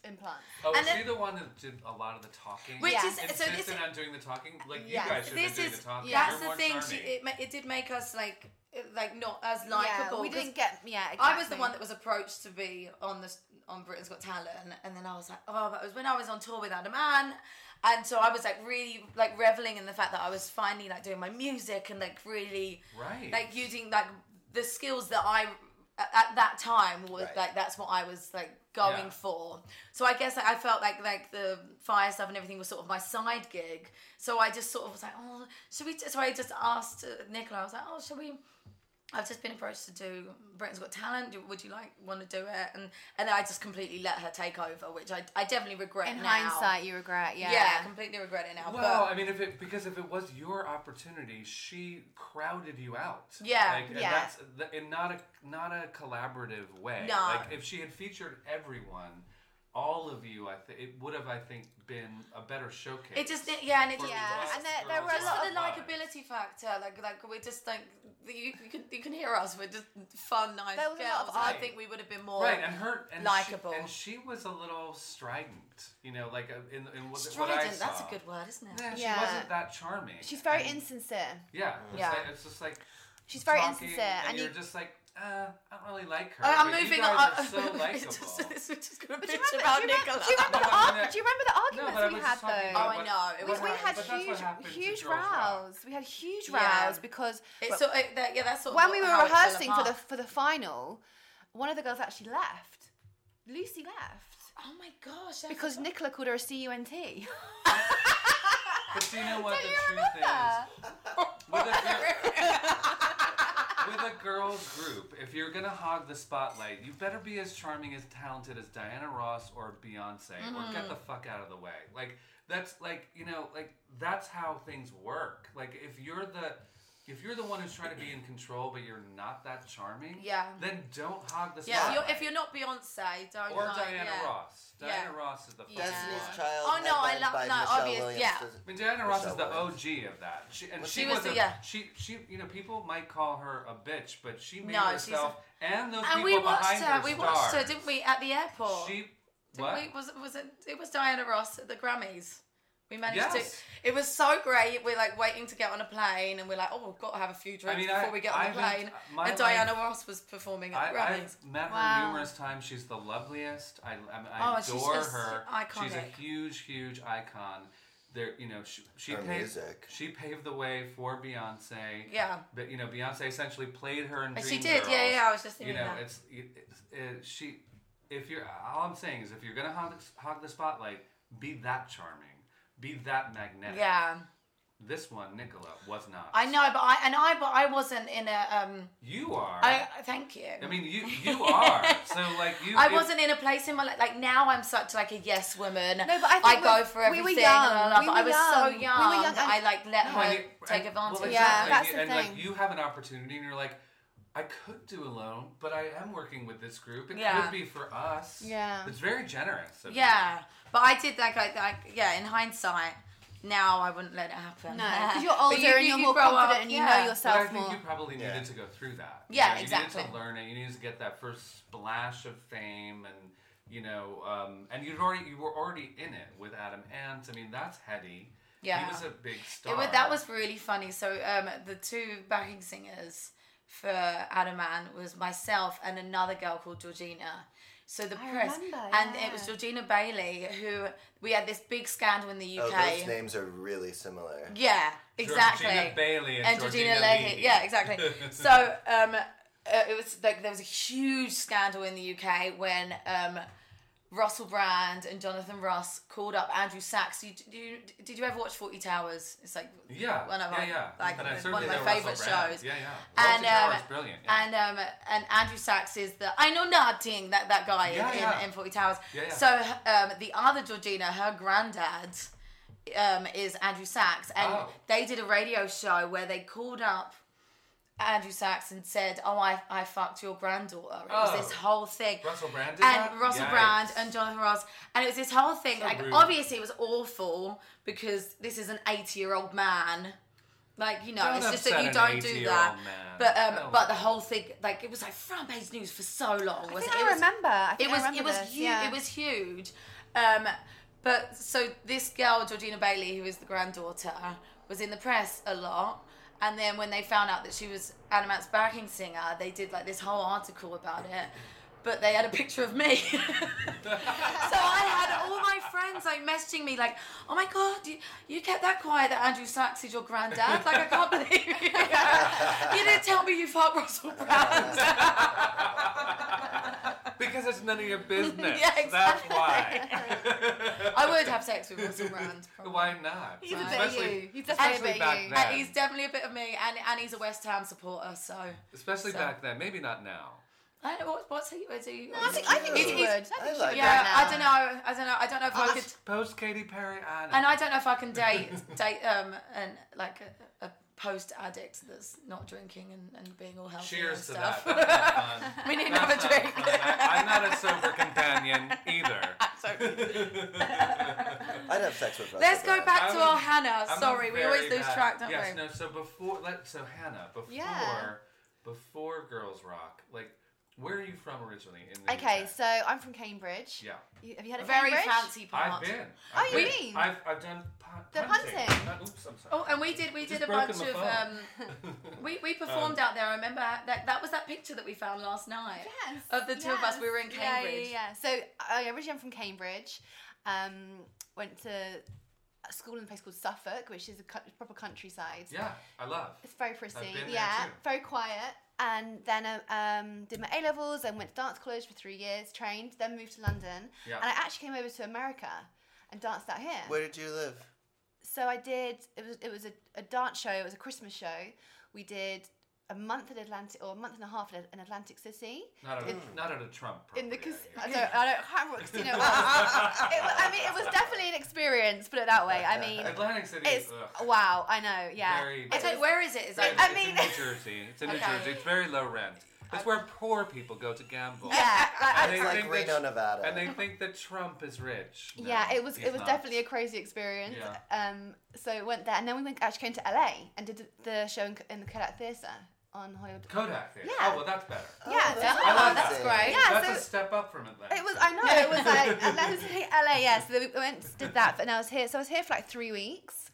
Speaker 5: implants
Speaker 2: Oh, was
Speaker 4: and
Speaker 2: she the one that did a lot of the talking?
Speaker 4: Which
Speaker 5: Yeah.
Speaker 4: is so
Speaker 2: Insisted
Speaker 4: this
Speaker 2: on doing the talking? Like,
Speaker 5: Yeah.
Speaker 2: you guys should have been
Speaker 4: this
Speaker 2: doing
Speaker 4: is
Speaker 2: the talking.
Speaker 4: that's
Speaker 2: You're more
Speaker 4: the thing. She,
Speaker 2: charming.
Speaker 4: it, ma- it did make us like it- like not as
Speaker 5: yeah,
Speaker 4: likable.
Speaker 5: we
Speaker 4: 'cause
Speaker 5: didn't get yeah exactly.
Speaker 4: I was the one that was approached to be on this on Britain's Got Talent, and then I was like, oh, but it was when I was on tour with Adam Ann, and so I was like really like reveling in the fact that I was finally like doing my music and like really
Speaker 2: Right.
Speaker 4: like using like the skills that I at, at that time was
Speaker 6: Right.
Speaker 4: like that's what I was like going
Speaker 2: Yeah.
Speaker 4: for. So I guess like, I felt like like the fire stuff and everything was sort of my side gig. So I just sort of was like, oh, should we? So I just asked uh, Nicola. I was like, oh, should we? I've just been approached to do Britain's Got Talent. Do- Would you like want to do it? And and then I just completely let her take over, which I, I definitely regret
Speaker 5: in
Speaker 4: now.
Speaker 5: hindsight you regret yeah
Speaker 4: yeah. completely regret it now.
Speaker 2: Well,
Speaker 4: but
Speaker 2: I mean, if it because if it was your opportunity, she crowded you out.
Speaker 4: Yeah,
Speaker 2: like, and
Speaker 5: yeah.
Speaker 2: That's th- in not a not a collaborative way.
Speaker 4: No.
Speaker 2: Like if she had featured everyone, all of you, I think it would have, I think, been a better showcase.
Speaker 4: It just didn't- yeah, and it
Speaker 2: for
Speaker 4: didn't-
Speaker 2: these
Speaker 5: Yeah,
Speaker 2: other
Speaker 5: and there- there
Speaker 2: girls
Speaker 5: were a
Speaker 2: to
Speaker 4: Just for
Speaker 5: lot
Speaker 4: the
Speaker 5: of
Speaker 2: survive.
Speaker 4: likability factor, like like we just think you, you can you can hear us. We're just fun, nice
Speaker 5: There was a
Speaker 4: girls.
Speaker 5: lot of
Speaker 4: I
Speaker 2: eye.
Speaker 4: think we would have been more
Speaker 2: Right, and her and
Speaker 4: Likeable.
Speaker 2: She, and she was a little strident, you know, like uh, in, in what, what I
Speaker 4: strident.
Speaker 2: saw.
Speaker 4: That's a good word, isn't it?
Speaker 2: Yeah, she
Speaker 5: Yeah.
Speaker 2: wasn't that charming.
Speaker 5: She's very
Speaker 2: And-
Speaker 5: insincere.
Speaker 2: Yeah, it's,
Speaker 4: Yeah.
Speaker 2: Like, it's just like
Speaker 5: She's very
Speaker 2: talking,
Speaker 5: insincere,
Speaker 2: and,
Speaker 5: and
Speaker 2: you're
Speaker 5: you-
Speaker 2: just like, uh, I don't really like her.
Speaker 4: I- Uh, I'm
Speaker 2: but you
Speaker 4: moving
Speaker 2: guys
Speaker 4: on.
Speaker 2: Are so
Speaker 4: It's
Speaker 2: likable.
Speaker 4: just, it's just gonna
Speaker 5: But do you
Speaker 4: bitch
Speaker 5: remember,
Speaker 4: about
Speaker 5: do you remember,
Speaker 4: Nicola.
Speaker 5: do you remember, the,
Speaker 2: No, but
Speaker 5: arg-
Speaker 2: that-
Speaker 5: do you remember the
Speaker 2: no,
Speaker 5: arguments
Speaker 2: but I was
Speaker 5: we had
Speaker 2: just talking
Speaker 5: though?
Speaker 2: about
Speaker 4: Oh, I
Speaker 2: what-
Speaker 4: know, it
Speaker 5: we,
Speaker 4: was
Speaker 5: we
Speaker 4: Right.
Speaker 5: had
Speaker 2: But that's what
Speaker 5: huge,
Speaker 2: happens to
Speaker 5: huge
Speaker 2: Girls Rock.
Speaker 5: rows. We had huge
Speaker 4: Yeah.
Speaker 5: rows because
Speaker 4: It's so it, that, yeah, that's sort of
Speaker 5: when
Speaker 4: what-
Speaker 5: we were
Speaker 4: how it fell
Speaker 5: rehearsing for the
Speaker 4: apart.
Speaker 5: for the final, one of the girls actually left. Lucy left
Speaker 4: oh my gosh I
Speaker 5: because
Speaker 4: forgot.
Speaker 5: Nicola called her a cunt.
Speaker 2: But do you know what
Speaker 5: Don't
Speaker 2: the
Speaker 5: you
Speaker 2: truth
Speaker 5: remember?
Speaker 2: is? With a, gir- with a girls group, if you're gonna hog the spotlight, you better be as charming, as talented as Diana Ross or Beyonce, or
Speaker 4: Mm-hmm.
Speaker 2: get the fuck out of the way. Like that's like you know like that's how things work. Like if you're the if you're the one who's trying to be in control, but you're not that charming,
Speaker 4: Yeah.
Speaker 2: then don't hog the
Speaker 4: yeah,
Speaker 2: spotlight.
Speaker 4: if you're, if you're not Beyonce, don't
Speaker 2: or
Speaker 4: like,
Speaker 2: Diana
Speaker 4: yeah.
Speaker 2: Ross.
Speaker 4: Yeah.
Speaker 2: Diana Ross is the fucking
Speaker 6: Destiny's
Speaker 2: one.
Speaker 6: Child.
Speaker 4: Oh, no, I
Speaker 6: headlined
Speaker 4: love-
Speaker 6: by
Speaker 4: no,
Speaker 6: Michelle
Speaker 4: obvious,
Speaker 6: Williams
Speaker 4: yeah.
Speaker 6: does-
Speaker 2: I mean, Diana Ross is
Speaker 6: Michelle
Speaker 2: the
Speaker 6: Williams.
Speaker 2: OG of that. She, and
Speaker 6: Well,
Speaker 2: she,
Speaker 4: she was
Speaker 2: was
Speaker 4: the-
Speaker 2: a,
Speaker 4: yeah.
Speaker 2: she she you know people might call her a bitch, but she made
Speaker 4: No, she's
Speaker 2: herself and those people
Speaker 4: And we watched
Speaker 2: behind
Speaker 4: her.
Speaker 2: her
Speaker 4: We watched her,
Speaker 2: stars.
Speaker 4: didn't we, at the airport?
Speaker 2: She
Speaker 4: Didn't
Speaker 2: what?
Speaker 4: We, was was it? It was Diana Ross at the Grammys. We managed
Speaker 2: Yes.
Speaker 4: to. It was so great. We're like waiting to get on a plane, and we're like, oh, we've got to have a few drinks
Speaker 2: mean,
Speaker 4: before
Speaker 2: I-
Speaker 4: we get on
Speaker 2: I've
Speaker 4: the
Speaker 2: been-
Speaker 4: plane.
Speaker 2: my
Speaker 4: and Diana
Speaker 2: life-
Speaker 4: Ross was performing at
Speaker 2: I,
Speaker 4: the Grammys.
Speaker 2: I've met her
Speaker 5: Wow.
Speaker 2: numerous times. She's the loveliest. I, I,
Speaker 4: Oh,
Speaker 2: I
Speaker 4: and she's
Speaker 2: adore
Speaker 4: just
Speaker 2: her. She's a
Speaker 4: iconic.
Speaker 2: huge, huge icon. There, you know, she, she
Speaker 6: Her
Speaker 2: paved
Speaker 6: music.
Speaker 2: she paved the way for Beyonce.
Speaker 4: Yeah.
Speaker 2: but you know, Beyonce essentially played her in.
Speaker 4: And she
Speaker 2: Dreamgirls.
Speaker 4: did, yeah, yeah, I was just
Speaker 2: You
Speaker 4: thinking
Speaker 2: know,
Speaker 4: that.
Speaker 2: it's, it's it, she. If you're, all I'm saying is, if you're gonna hog, hog the spotlight, be that charming, be that magnetic.
Speaker 4: yeah,
Speaker 2: This one, Nicola, was not.
Speaker 4: I know, but I and I, but I wasn't in a. Um,
Speaker 2: You are.
Speaker 4: I thank you.
Speaker 2: I mean, you you are. so like you.
Speaker 4: I
Speaker 2: if-
Speaker 4: wasn't in a place in my life. Like now, I'm such like a yes woman.
Speaker 5: No, but I think
Speaker 4: go
Speaker 5: we-
Speaker 4: for
Speaker 5: we
Speaker 4: everything. and
Speaker 5: were
Speaker 4: I
Speaker 5: young.
Speaker 4: love-
Speaker 5: We
Speaker 4: but I
Speaker 5: were
Speaker 4: was so
Speaker 5: young. We were
Speaker 4: young.
Speaker 5: young
Speaker 4: that I
Speaker 5: and-
Speaker 4: like let
Speaker 2: Well,
Speaker 4: her
Speaker 2: you-
Speaker 4: take
Speaker 2: and- well,
Speaker 4: advantage.
Speaker 5: Yeah,
Speaker 2: exactly.
Speaker 5: that's
Speaker 2: and,
Speaker 5: the
Speaker 2: and,
Speaker 5: thing.
Speaker 2: like you have an opportunity, and you're like, I could do alone, but I am working with this group. It
Speaker 4: Yeah.
Speaker 2: could be for us.
Speaker 5: Yeah.
Speaker 2: it's very generous. of you.
Speaker 4: Yeah, but I did like, like, like yeah. In hindsight, now I wouldn't let it happen.
Speaker 5: No, because you're older
Speaker 4: But you-
Speaker 5: and
Speaker 4: you-
Speaker 5: you're
Speaker 4: you
Speaker 5: more
Speaker 4: grow up,
Speaker 5: confident and you
Speaker 4: yeah.
Speaker 5: know
Speaker 2: But I
Speaker 5: yourself
Speaker 2: think
Speaker 5: more.
Speaker 2: you probably needed
Speaker 6: Yeah.
Speaker 2: to go through that. You
Speaker 4: Yeah,
Speaker 2: know, You needed
Speaker 4: exactly.
Speaker 2: to learn it. You needed to get that first splash of fame, and you know, um, and you'd already you were already in it with Adam Ant. I mean, that's heady.
Speaker 4: Yeah.
Speaker 2: he was a big star.
Speaker 4: It was, that was really funny. So um, the two backing singers for Adaman was myself and another girl called Georgina. So the
Speaker 5: I
Speaker 4: press
Speaker 5: remember,
Speaker 4: and it was
Speaker 5: yeah.
Speaker 4: Georgina Bailey who we had this big scandal in the UK.
Speaker 6: Oh, those names are really similar.
Speaker 4: Yeah, exactly.
Speaker 2: Georgina Bailey and,
Speaker 4: and Georgina,
Speaker 2: Leahy.
Speaker 4: Leahy. Yeah, exactly. so um, uh, it was like there was a huge scandal in the UK when um, Russell Brand and Jonathan Russ called up Andrew Sachs. You, do you, did you ever watch Forty Towers? It's like
Speaker 2: Yeah,
Speaker 4: one of
Speaker 2: yeah,
Speaker 4: my,
Speaker 2: yeah.
Speaker 4: like
Speaker 2: And I
Speaker 4: one
Speaker 2: certainly
Speaker 4: of my
Speaker 2: know
Speaker 4: favorite
Speaker 2: Russell Brand.
Speaker 4: shows.
Speaker 2: Yeah, yeah.
Speaker 4: And
Speaker 2: Russell
Speaker 4: um,
Speaker 2: Brand's brilliant. Yeah.
Speaker 4: and um, and Andrew Sachs is the I know nothing that that guy
Speaker 2: Yeah,
Speaker 4: in,
Speaker 2: yeah.
Speaker 4: in, in Forty Towers.
Speaker 2: Yeah, yeah.
Speaker 4: So um, the other Georgina, her granddad, um, is Andrew Sachs, and
Speaker 2: Oh.
Speaker 4: they did a radio show where they called up Andrew Sachs and said, "Oh, I I fucked your granddaughter." It was
Speaker 2: Oh.
Speaker 4: this whole thing.
Speaker 2: Russell Brand did
Speaker 4: and
Speaker 2: that?
Speaker 4: Russell
Speaker 2: Yikes.
Speaker 4: Brand and Jonathan Ross, and it was this whole thing.
Speaker 2: So
Speaker 4: like
Speaker 2: rude.
Speaker 4: obviously it was awful because this is an eighty-year-old man. Like you know,
Speaker 2: Don't
Speaker 4: it's just that
Speaker 2: upset
Speaker 4: you
Speaker 2: an
Speaker 4: don't do
Speaker 2: 80-year-old
Speaker 4: that.
Speaker 2: man.
Speaker 4: But um,
Speaker 2: Don't.
Speaker 4: but the whole thing, like it was like front page news for so long.
Speaker 5: I
Speaker 4: was
Speaker 5: think
Speaker 4: it? It
Speaker 5: I
Speaker 4: was-
Speaker 5: remember. I
Speaker 4: it
Speaker 5: think I
Speaker 4: was it
Speaker 5: remember
Speaker 4: was
Speaker 5: this,
Speaker 4: huge.
Speaker 5: yeah.
Speaker 4: It was huge. Um, but so this girl Georgina Bailey, who is the granddaughter, was in the press a lot. And then when they found out that she was Animat's backing singer, they did like this whole article about it. But they had a picture of me. so I had all my friends like messaging me like, "Oh my god, you, you kept that quiet that Andrew Sachs is your granddad? Like I can't believe you. you didn't tell me you fucked Russell Brand."
Speaker 2: because it's none of your business.
Speaker 4: Yeah,
Speaker 2: That's
Speaker 4: exactly.
Speaker 2: why.
Speaker 4: I would have sex with Russell Brand. probably.
Speaker 2: Why not?
Speaker 5: He's a bit of
Speaker 2: especially,
Speaker 5: you. He's definitely a
Speaker 2: especially
Speaker 5: bit
Speaker 2: back
Speaker 5: of you.
Speaker 2: then.
Speaker 4: And he's definitely a bit of me, and, and he's a West Ham supporter, so
Speaker 2: Especially
Speaker 4: So-
Speaker 2: back then. Maybe not now.
Speaker 4: I don't know what, what's he. Is he
Speaker 5: I think, I think she
Speaker 4: He's-
Speaker 5: would.
Speaker 4: he's-
Speaker 5: I think
Speaker 6: I
Speaker 5: she
Speaker 6: like
Speaker 5: would
Speaker 4: yeah,
Speaker 5: right
Speaker 4: I
Speaker 5: now.
Speaker 4: don't know. I don't know. I don't know if I could.
Speaker 2: Post Katy Perry, I know.
Speaker 4: And I don't know if I can date date um and like a, a post addict that's not drinking and, and being all healthy.
Speaker 2: Cheers to
Speaker 4: and stuff.
Speaker 2: that. That's not fun.
Speaker 4: we need
Speaker 2: That's
Speaker 4: another
Speaker 2: not
Speaker 4: drink.
Speaker 2: fun. I, am not a sober companion either.
Speaker 6: I'd have sex with Russell.
Speaker 4: Let's go
Speaker 6: Brand.
Speaker 4: back
Speaker 2: I
Speaker 4: to
Speaker 2: was-
Speaker 4: our Hannah.
Speaker 2: I'm a
Speaker 4: Sorry, we always
Speaker 2: very
Speaker 4: lose
Speaker 2: bad-
Speaker 4: track, don't
Speaker 2: yes,
Speaker 4: we?
Speaker 2: no. So before, like, so Hannah, before,
Speaker 5: Yeah.
Speaker 2: before Girls Rock, like, where are you from originally? In the
Speaker 5: Okay,
Speaker 2: UK?
Speaker 5: so I'm from Cambridge.
Speaker 2: yeah,
Speaker 5: You, have you had a
Speaker 4: Very
Speaker 5: Cambridge?
Speaker 4: fancy part.
Speaker 2: I've been.
Speaker 5: Oh,
Speaker 2: I've
Speaker 5: you
Speaker 2: been-
Speaker 5: mean?
Speaker 2: I've I've done pu-
Speaker 5: The
Speaker 2: punting.
Speaker 5: punting.
Speaker 2: Not- Oops, I'm sorry.
Speaker 4: Oh, and we did we
Speaker 2: Just
Speaker 4: did a
Speaker 2: broken Um,
Speaker 4: bunch
Speaker 2: my
Speaker 4: of um, we we performed out there. I remember that that was that picture that we found last night.
Speaker 5: Yes.
Speaker 4: Of the two of us, we were in
Speaker 5: yes. Yeah,
Speaker 4: Cambridge.
Speaker 5: Yeah, yeah, So I originally I'm from Cambridge. Um, went to a school in a place called Suffolk, which is a cou- proper countryside.
Speaker 2: yeah, I love.
Speaker 5: It's very pretty.
Speaker 2: been there
Speaker 5: yeah,
Speaker 2: too.
Speaker 5: very quiet. And then I um, did my A levels and went to dance college for three years, trained, then moved to London.
Speaker 2: Yeah.
Speaker 5: And I actually came over to America and danced out here.
Speaker 6: Where did you live?
Speaker 5: So I did. It was it was a, a dance show. It was a Christmas show. We did a month in Atlantic or a month and a half in in Atlantic City.
Speaker 2: Not a
Speaker 5: in,
Speaker 2: not at a Trump.
Speaker 5: in the
Speaker 2: property,
Speaker 5: cas-
Speaker 2: I
Speaker 5: I
Speaker 2: hear.
Speaker 5: don't I don't can't remember what casino. it was. It wa- I mean, it was definitely an experience. Put it that way. I mean,
Speaker 2: Atlantic City.
Speaker 5: it's
Speaker 2: is, ugh.
Speaker 5: wow. I know. Yeah.
Speaker 2: Very-
Speaker 5: It's
Speaker 4: Okay,
Speaker 5: like,
Speaker 4: where is it? Is it
Speaker 5: I
Speaker 2: it's in
Speaker 5: mean-
Speaker 2: New Jersey. It's in New
Speaker 4: Okay.
Speaker 2: Jersey. It's very low rent. It's where poor people go to gamble.
Speaker 5: yeah. like, I-
Speaker 2: And they
Speaker 6: It's like
Speaker 2: think that-
Speaker 6: Reno, Nevada.
Speaker 2: And they think that Trump is rich. No,
Speaker 5: yeah, it was
Speaker 2: he's
Speaker 5: it was
Speaker 2: not.
Speaker 5: definitely a crazy experience. Um, so I went there, and then we went, actually came to LA and did the show in, in the Kodak Theatre on Hollywood.
Speaker 2: Kodak. Theater.
Speaker 5: Yeah.
Speaker 2: Oh well, that's better.
Speaker 5: yeah,
Speaker 6: Oh, that's
Speaker 5: definitely.
Speaker 2: I love
Speaker 4: that's
Speaker 6: that.
Speaker 4: great.
Speaker 5: Yeah,
Speaker 2: that's
Speaker 5: so-
Speaker 2: a step up from Atlanta.
Speaker 5: It was. I know. It was like and that was in LA. Yeah, so we went did that, but now I was here. So I was here for like three weeks,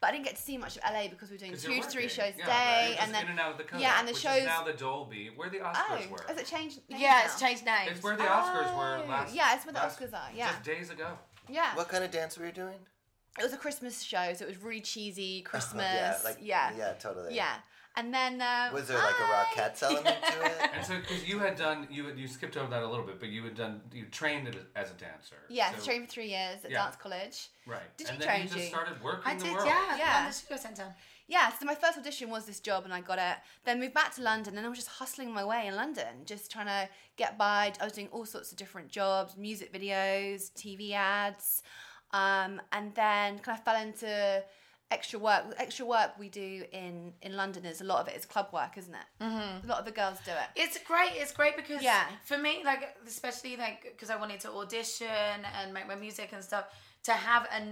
Speaker 5: but I didn't get to see much of LA because we were doing
Speaker 2: 'Cause
Speaker 5: two
Speaker 2: you're
Speaker 5: to three
Speaker 2: working.
Speaker 5: shows a
Speaker 2: yeah, right.
Speaker 5: day,
Speaker 2: You're just
Speaker 5: and then
Speaker 2: in and out of the Kodak,
Speaker 5: yeah, and the
Speaker 2: which
Speaker 5: shows.
Speaker 2: is now the Dolby, where the
Speaker 5: oh,
Speaker 2: Oscars were.
Speaker 5: has it changed? name
Speaker 4: yeah, it's
Speaker 5: now?
Speaker 4: changed names.
Speaker 2: It's where the Oscars
Speaker 5: Oh,
Speaker 2: were last.
Speaker 5: yeah, it's where the
Speaker 2: last-
Speaker 5: Oscars are, yeah.
Speaker 2: just days ago.
Speaker 5: Yeah,
Speaker 6: What kind of dance were you doing?
Speaker 5: it was a Christmas show, so it was really cheesy Christmas.
Speaker 6: yeah, like
Speaker 5: yeah,
Speaker 6: yeah, totally.
Speaker 5: Yeah. And then um,
Speaker 6: Was there like a
Speaker 5: I-
Speaker 6: Rockettes element to it?
Speaker 2: And so, because you had done, you had, you skipped over that a little bit, but you had done, you trained it as a dancer.
Speaker 5: Yes,
Speaker 2: so,
Speaker 5: trained for three years at
Speaker 2: Yeah.
Speaker 5: dance college.
Speaker 2: Right.
Speaker 5: Did
Speaker 2: and
Speaker 5: you
Speaker 2: then
Speaker 5: train
Speaker 2: you just
Speaker 5: you?
Speaker 2: started working
Speaker 4: I
Speaker 2: the
Speaker 4: did,
Speaker 2: world.
Speaker 4: yeah.
Speaker 5: Yeah.
Speaker 4: London Studio Centre.
Speaker 5: Yeah, so my first audition was this job and I got it. Then moved back to London and I was just hustling my way in London, just trying to get by. I was doing all sorts of different jobs, music videos, TV ads. Um, and then kind of fell into extra work. Extra work we do in, in London is a lot of it is club work, isn't it? Mm-hmm. A lot of the girls do it.
Speaker 4: It's great. It's great because
Speaker 5: Yeah.
Speaker 4: for me, like especially like because I wanted to audition and make my music and stuff to have a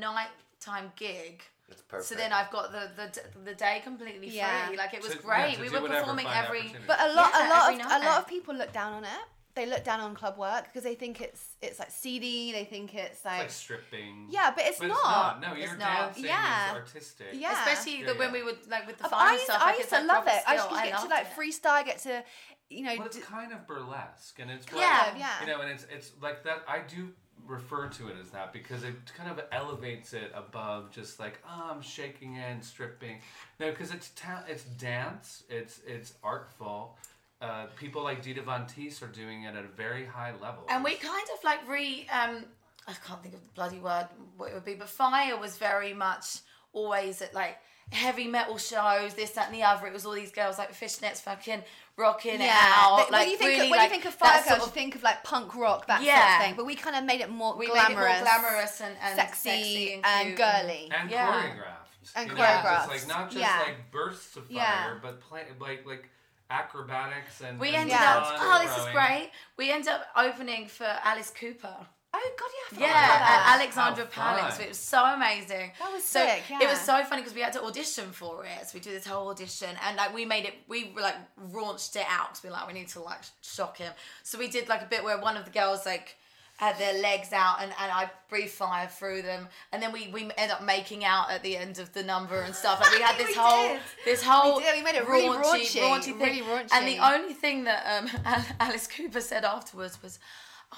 Speaker 4: nighttime gig.
Speaker 6: It's perfect.
Speaker 4: So then I've got the the, d- the day completely
Speaker 5: Yeah.
Speaker 4: free. Like it was
Speaker 2: To- yeah,
Speaker 4: great.
Speaker 2: to
Speaker 4: we
Speaker 2: do
Speaker 4: were
Speaker 2: whatever
Speaker 4: performing
Speaker 2: fun
Speaker 4: every.
Speaker 2: opportunity.
Speaker 5: But a lot,
Speaker 4: Yeah,
Speaker 5: a lot
Speaker 4: every
Speaker 5: of
Speaker 4: night.
Speaker 5: a lot of people look down on it. They look down on club work because they think it's it's like seedy. They think it's
Speaker 2: It's
Speaker 5: like,
Speaker 2: like stripping.
Speaker 5: yeah, but it's
Speaker 2: But
Speaker 5: not.
Speaker 2: it's not. No,
Speaker 4: It's
Speaker 2: you're
Speaker 4: not.
Speaker 2: dancing.
Speaker 5: Yeah.
Speaker 2: Is artistic.
Speaker 5: Yeah.
Speaker 4: Especially
Speaker 2: Yeah,
Speaker 4: the, when
Speaker 2: yeah.
Speaker 4: we would like with the
Speaker 5: But
Speaker 4: fun
Speaker 5: I
Speaker 4: and
Speaker 5: used,
Speaker 4: stuff.
Speaker 5: I
Speaker 4: like,
Speaker 5: used
Speaker 4: it's,
Speaker 5: to
Speaker 4: like,
Speaker 5: love
Speaker 4: proper
Speaker 5: it. I used
Speaker 4: skill.
Speaker 5: to get to
Speaker 4: loved
Speaker 5: like
Speaker 4: it.
Speaker 5: freestyle. I get to, you know,
Speaker 2: Well, it's
Speaker 5: d-
Speaker 2: kind of burlesque, and it's
Speaker 4: Yeah.
Speaker 5: yeah, yeah.
Speaker 2: you know, and it's it's like that. I do refer to it as that because it kind of elevates it above just like oh, I'm shaking and stripping. No, because it's ta- it's dance, it's it's artful. Uh, people like Dita Von Teese are doing it at a very high level.
Speaker 4: And we kind of like re um I can't think of the bloody word what it would be, but fire was very much always at like heavy metal shows, this, that, and the other. It was all these girls like fishnets fucking rocking it out.
Speaker 5: But
Speaker 4: like
Speaker 5: when you think
Speaker 4: really,
Speaker 5: of, when
Speaker 4: like,
Speaker 5: you think of
Speaker 4: that
Speaker 5: fire girls,
Speaker 4: sort of-
Speaker 5: you think of like punk rock, that
Speaker 4: Yeah.
Speaker 5: sort of thing. But we kind of made it more
Speaker 4: we
Speaker 5: glamorous,
Speaker 4: made it more glamorous and, and
Speaker 5: sexy, and,
Speaker 4: cute Oh,
Speaker 5: girly.
Speaker 2: and
Speaker 4: Yeah.
Speaker 2: choreographed
Speaker 5: And
Speaker 2: you know, just,
Speaker 5: choreographed,
Speaker 2: like not just
Speaker 5: yeah.
Speaker 2: like bursts of fire,
Speaker 5: Yeah.
Speaker 2: but play, like like acrobatics and
Speaker 4: We
Speaker 2: and
Speaker 4: ended
Speaker 5: Yeah.
Speaker 4: up.
Speaker 2: lawn
Speaker 4: Oh, this is
Speaker 2: throwing.
Speaker 4: great. We ended up opening for Alice Cooper.
Speaker 5: Oh god, yeah, I forgot
Speaker 4: Yeah,
Speaker 5: about that.
Speaker 4: at Alexandra
Speaker 2: How
Speaker 4: Palace.
Speaker 2: fun.
Speaker 4: It was so amazing.
Speaker 5: That was
Speaker 4: so,
Speaker 5: sick,
Speaker 4: It was
Speaker 5: yeah.
Speaker 4: so funny because we had to audition for it. So we did this whole audition, and like we made it, we like raunched it out because we were like we need to like shock him. So we did like a bit where one of the girls like had their legs out, and and I breathe fire through them, and then we we end up making out at the end of the number and stuff. Like we had this
Speaker 5: We
Speaker 4: whole
Speaker 5: did.
Speaker 4: this whole
Speaker 5: We did. We made it really raunchy,
Speaker 4: thing.
Speaker 5: really
Speaker 4: And the
Speaker 5: raunchy.
Speaker 4: only thing that um, Al- Alice Cooper said afterwards was,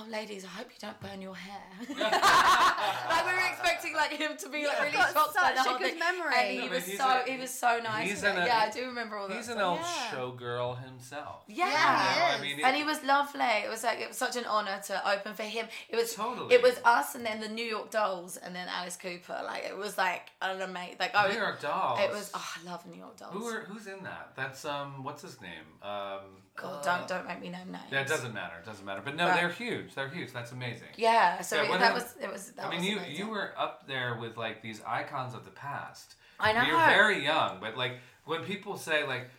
Speaker 4: "Oh, ladies, I hope you don't burn your hair." like we were expecting like him to be like really
Speaker 5: I've got
Speaker 4: shocked by the
Speaker 5: such a
Speaker 4: whole
Speaker 5: good
Speaker 4: thing.
Speaker 5: memory.
Speaker 4: And
Speaker 5: No,
Speaker 4: he
Speaker 2: but
Speaker 4: was
Speaker 2: he's
Speaker 4: so
Speaker 2: a-
Speaker 4: he was so nice.
Speaker 2: he's
Speaker 4: with
Speaker 2: an-
Speaker 4: it. yeah, I do remember all that.
Speaker 2: He's an
Speaker 4: stuff.
Speaker 2: old
Speaker 5: Yeah.
Speaker 2: showgirl himself.
Speaker 4: yeah.
Speaker 5: Yeah,
Speaker 2: I
Speaker 5: he
Speaker 2: mean,
Speaker 4: And he was lovely. It was like it was such an honor to open for him. It was
Speaker 2: Totally.
Speaker 4: It was us, and then the New York Dolls, and then Alice Cooper. Like it was like an amazing. Like I
Speaker 2: New
Speaker 4: was,
Speaker 2: York Dolls.
Speaker 4: It was. Oh, I love New York Dolls.
Speaker 2: Who are, who's in that? That's um. What's his name? Um.
Speaker 4: God, don't don't make me name names.
Speaker 2: That doesn't matter. It doesn't matter. But no,
Speaker 4: Right.
Speaker 2: they're huge. They're huge. That's amazing.
Speaker 4: Yeah, so
Speaker 2: Yeah,
Speaker 4: it-
Speaker 2: what
Speaker 4: that
Speaker 2: are-
Speaker 4: was it was. That
Speaker 2: I mean,
Speaker 4: was
Speaker 2: you
Speaker 4: amazing.
Speaker 2: you were up there with like these icons of the past.
Speaker 4: I know.
Speaker 2: You're very young, but like when people say like,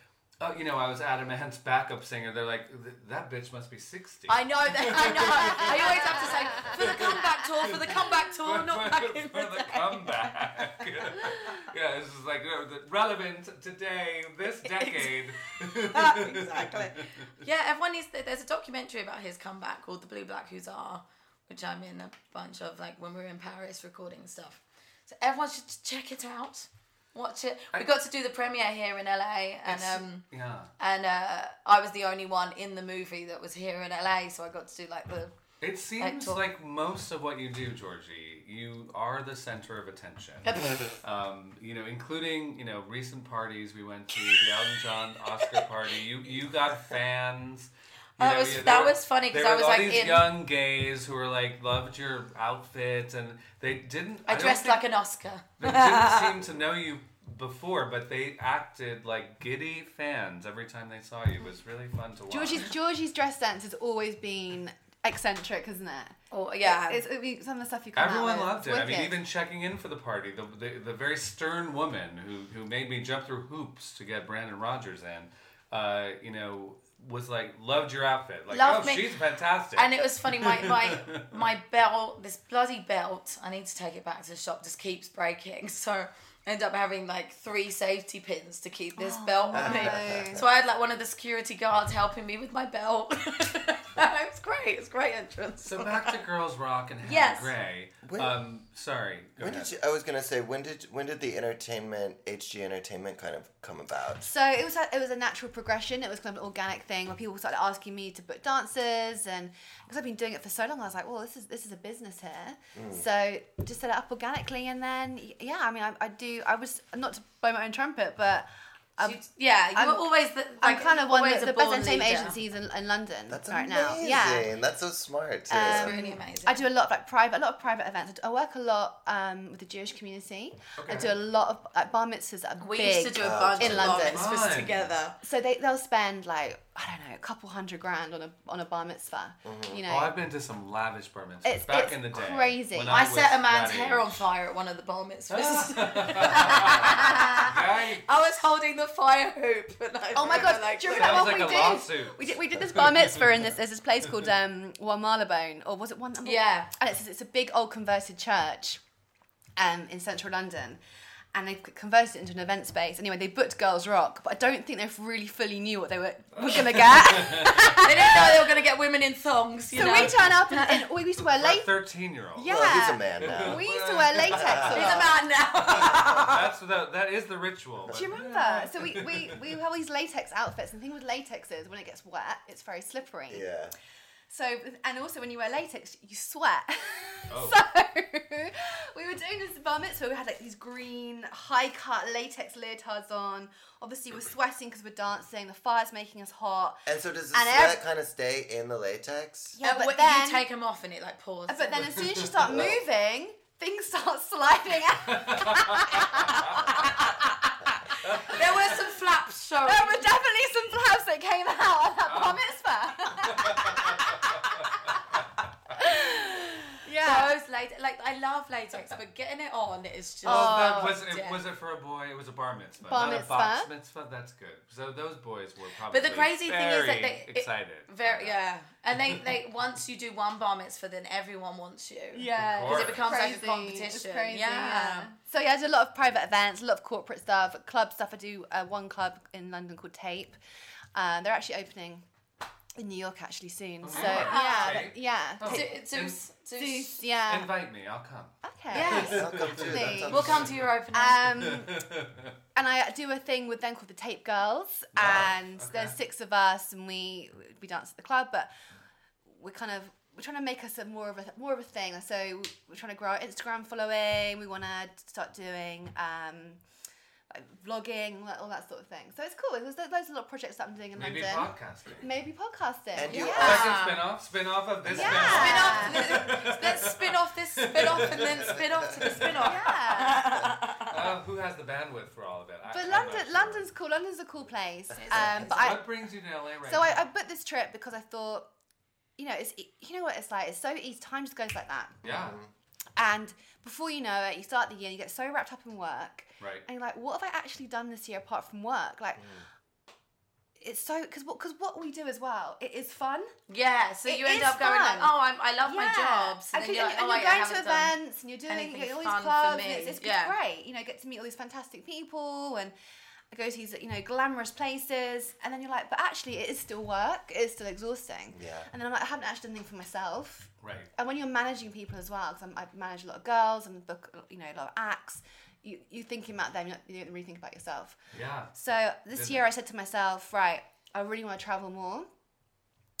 Speaker 2: oh, you know, I was Adam Ant's backup singer, they're like, "Th- that bitch must be sixty.
Speaker 4: I know that. I know. I always have to say for the comeback tour, for the comeback tour, Oh, not back in
Speaker 2: for
Speaker 4: the
Speaker 2: the
Speaker 4: day.
Speaker 2: comeback. yeah, it's just like oh, the- relevant today, this decade.
Speaker 4: Ah, Exactly. Yeah, everyone needs. To, there's a documentary about his comeback called "The Blue Black Hussar," which I'm in a bunch of, like when we were in Paris recording stuff. So everyone should check it out, watch it. We got to do the premiere here in LA, and
Speaker 2: It's-
Speaker 4: um,
Speaker 2: yeah,
Speaker 4: and uh, I was the only one in the movie that was here in LA, so I got to do like the.
Speaker 2: it seems
Speaker 4: talk-
Speaker 2: like most of what you do, Georgie, you are the center of attention. um, you know, including you know recent parties we went to, the Elton John Oscar party. You you got fans. You
Speaker 4: That Oh, was-
Speaker 2: you- there
Speaker 4: that
Speaker 2: were-
Speaker 4: was funny 'cause
Speaker 2: there
Speaker 4: I
Speaker 2: were
Speaker 4: was,
Speaker 2: all
Speaker 4: like,
Speaker 2: these
Speaker 4: in-
Speaker 2: young gays who were like loved your outfit and they didn't.
Speaker 4: I
Speaker 2: don't
Speaker 4: dressed
Speaker 2: think
Speaker 4: like an Oscar.
Speaker 2: They didn't seem to know you before, but they acted like giddy fans every time they saw you. It was really fun to watch.
Speaker 5: Georgie's Georgie's dress sense has always been eccentric, hasn't it?
Speaker 4: Oh yeah,
Speaker 5: It's, it's, it some of the stuff you come
Speaker 2: Everyone
Speaker 5: out with,
Speaker 2: loved
Speaker 5: it's
Speaker 2: it. I mean,
Speaker 5: wicked.
Speaker 2: even checking in for the party, the, the, the very stern woman who, who made me jump through hoops to get Brandon Rogers in, uh, you know, was like, loved your outfit. Like,
Speaker 4: Loved
Speaker 2: oh,
Speaker 4: me.
Speaker 2: she's fantastic.
Speaker 4: And it was funny, my, my my belt, this bloody belt, I need to take it back to the shop, just keeps breaking. So I end up having like three safety pins to keep this
Speaker 5: Oh,
Speaker 4: belt on me. So I had like one of the security guards helping me with my belt. it was great, it's a great entrance.
Speaker 2: so back to Girls Rock and Hannah
Speaker 4: Yes.
Speaker 2: Gray.
Speaker 6: When-
Speaker 2: um, sorry. Go
Speaker 6: When
Speaker 2: ahead.
Speaker 6: did you, I was gonna say when did when did the entertainment HG entertainment kind of come about?
Speaker 5: So it was a, it was a natural progression. It was kind of an organic thing where people started asking me to book dances, and because I've been doing it for so long, I was like, well, this is this is a business here.
Speaker 6: Mm.
Speaker 5: So just set it up organically, and then y- yeah, I mean, I, I do. I was not to blow my own trumpet, but I'm,
Speaker 4: You- yeah, you
Speaker 5: Um, I'm-
Speaker 4: were always the,
Speaker 5: I'm
Speaker 4: like,
Speaker 5: kind of one
Speaker 4: always
Speaker 5: of the
Speaker 4: a
Speaker 5: best
Speaker 4: born
Speaker 5: entertainment
Speaker 4: leader.
Speaker 5: agencies in, in London
Speaker 6: That's
Speaker 5: right now.
Speaker 6: amazing.
Speaker 5: Yeah.
Speaker 6: That's so smart. too.
Speaker 5: Um,
Speaker 4: Really amazing.
Speaker 5: I do a lot of like private, a lot of private events. I, do- I work a lot um, with the Jewish community. I do a lot of like bar mitzvahs that are
Speaker 4: we
Speaker 5: big.
Speaker 4: used to do
Speaker 2: Oh,
Speaker 4: a bunch
Speaker 5: in
Speaker 4: of
Speaker 5: London.
Speaker 4: London.
Speaker 2: Fun.
Speaker 4: together.
Speaker 5: so they they'll spend like I don't know a couple hundred grand on a on a bar mitzvah. You know,
Speaker 2: Oh, I've been to some lavish bar mitzvahs
Speaker 5: It's-
Speaker 2: back
Speaker 5: it's
Speaker 2: in the day.
Speaker 5: crazy.
Speaker 2: when
Speaker 5: I
Speaker 4: I
Speaker 2: was
Speaker 4: set a man's
Speaker 2: that
Speaker 4: hair
Speaker 2: age.
Speaker 4: on fire at one of the bar mitzvahs.
Speaker 2: Yikes.
Speaker 4: I was holding the fire hoop. And I
Speaker 5: Oh my
Speaker 4: remember,
Speaker 5: god! Do you
Speaker 4: the-
Speaker 5: remember
Speaker 2: Sounds
Speaker 5: what
Speaker 2: like
Speaker 5: we
Speaker 2: a
Speaker 5: did?
Speaker 2: lawsuit.
Speaker 5: We did we did this bar mitzvah in this there's this place called um Walmalabone or was it one?
Speaker 4: Yeah.
Speaker 5: and it's it's a big old converted church, um in central London. And they converted it into an event space. Anyway, they booked Girls Rock, but I don't think they really fully knew what they were, were gonna get.
Speaker 4: They didn't know they were going to get women in thongs. You
Speaker 5: so
Speaker 4: know?
Speaker 5: we turn up and, and we used to wear
Speaker 2: For a
Speaker 5: latex.
Speaker 2: 13 year old.
Speaker 5: Yeah,
Speaker 6: well, he's a man now.
Speaker 5: we used to wear latex. a
Speaker 4: He's a
Speaker 5: lot.
Speaker 4: man now.
Speaker 2: That's the, that is the ritual.
Speaker 5: Do you
Speaker 2: but-
Speaker 5: remember? So we, we, we have all these latex outfits, and the thing with latex is when it gets wet, it's very slippery.
Speaker 6: yeah.
Speaker 5: So and also when you wear latex, you sweat.
Speaker 2: Oh.
Speaker 5: So we were doing this bar mitzvah. We had like these green high cut latex leotards on. Obviously we're sweating because we're dancing. The fire's making us hot.
Speaker 6: And so does the
Speaker 5: And
Speaker 6: sweat
Speaker 5: ev-
Speaker 6: kind of stay in the latex?
Speaker 5: Yeah,
Speaker 4: when
Speaker 5: Uh, but then
Speaker 4: you take them off and it like pours.
Speaker 5: but then as soon as you start moving, things start sliding out.
Speaker 4: there were some flaps showing.
Speaker 5: there were definitely some flaps that came out at that bar mitzvah. yeah.
Speaker 4: Those latex, like I love latex, but getting it on is just.
Speaker 2: Oh, that was it.
Speaker 4: dear.
Speaker 2: Was it for a boy? It was a bar mitzvah,
Speaker 5: Bar
Speaker 2: not a box
Speaker 5: mitzvah.
Speaker 2: mitzvah. That's good. So those boys were probably.
Speaker 4: But the crazy thing is that
Speaker 2: very
Speaker 4: they it-
Speaker 2: excited.
Speaker 4: Very
Speaker 2: about
Speaker 4: yeah, and they they once you do one bar mitzvah, then everyone wants you.
Speaker 5: Yeah,
Speaker 2: Of 'cause it
Speaker 5: it's
Speaker 4: becomes like a
Speaker 5: crazy.
Speaker 4: competition.
Speaker 5: It's crazy,
Speaker 4: Yeah.
Speaker 5: So yeah, I do a lot of private events, a lot of corporate stuff, club stuff. I do uh, one club in London called Tape. Uh, they're actually opening in New York actually soon. so yeah,
Speaker 2: Tape?
Speaker 5: but- yeah.
Speaker 2: Oh.
Speaker 4: Zeus,
Speaker 2: In-
Speaker 4: Zeus, Zeus.
Speaker 5: Zeus, yeah.
Speaker 2: that. Invite me. I'll come.
Speaker 5: okay.
Speaker 4: Yes,
Speaker 6: I'll come too. That
Speaker 5: Lovely.
Speaker 6: sounds
Speaker 4: we'll come to your opening.
Speaker 5: Um, and I do a thing with them called the Tape Girls,
Speaker 2: Wow,
Speaker 5: and
Speaker 2: okay.
Speaker 5: there's six of us, and we we dance at the club, but we're kind of we're trying to make us a more of a more of a thing. So we're trying to grow our Instagram following. We want to start doing. Um, like vlogging, all that- all that sort of thing. So it's cool. There's those those little projects that I'm doing in
Speaker 2: Maybe
Speaker 5: London.
Speaker 2: podcasting.
Speaker 5: Maybe podcasting.
Speaker 6: And you
Speaker 5: yeah.
Speaker 2: Second spin off. Spin off of this.
Speaker 5: Yeah.
Speaker 4: Spin off, let's- let's spin off this spin off and then spin off to the spin off.
Speaker 5: yeah.
Speaker 2: Spin off. Uh, who has the bandwidth for all of it? I-
Speaker 5: But
Speaker 2: I'm not
Speaker 5: London,
Speaker 2: sure.
Speaker 5: London's cool. London's a cool place. Um, but I,
Speaker 2: what brings you to LA right
Speaker 5: So
Speaker 2: now?
Speaker 5: I, I booked this trip because I thought, you know, it's you know what it's like. It's so easy. Time just goes like that.
Speaker 2: yeah.
Speaker 5: And before you know it, you start the year, you get so wrapped up in work,
Speaker 2: Right.
Speaker 5: and you're like, what have I actually done this year apart from work? Like,
Speaker 2: Mm.
Speaker 5: it's so because what because what we do as well, it is fun.
Speaker 4: Yeah, so
Speaker 5: It
Speaker 4: you end
Speaker 5: is
Speaker 4: up going like,
Speaker 5: fun.
Speaker 4: oh, I'm, I love my
Speaker 5: Yeah.
Speaker 4: jobs, and,
Speaker 5: And,
Speaker 4: then
Speaker 5: you-
Speaker 4: you're
Speaker 5: and-
Speaker 4: like,
Speaker 5: and
Speaker 4: oh, I
Speaker 5: you're going
Speaker 4: haven't
Speaker 5: to
Speaker 4: done.
Speaker 5: events and you're doing
Speaker 4: anything
Speaker 5: you're all
Speaker 4: fun
Speaker 5: these
Speaker 4: for
Speaker 5: clubs.
Speaker 4: me.
Speaker 5: And it's, it's
Speaker 4: Yeah.
Speaker 5: great. You know, get to meet all these fantastic people and go to these you know glamorous places, and then you're like, but actually, it is still work. It is still exhausting.
Speaker 6: Yeah.
Speaker 5: And then I'm like, I haven't actually done anything for myself.
Speaker 2: Right.
Speaker 5: And when you're managing people as well, because I've managed a lot of girls and book you know a lot of acts. You, you're thinking about them, you're not- you don't really think about yourself.
Speaker 2: Yeah.
Speaker 5: So this
Speaker 2: Didn't
Speaker 5: year
Speaker 2: it?
Speaker 5: I said to myself, right, I really want to travel more.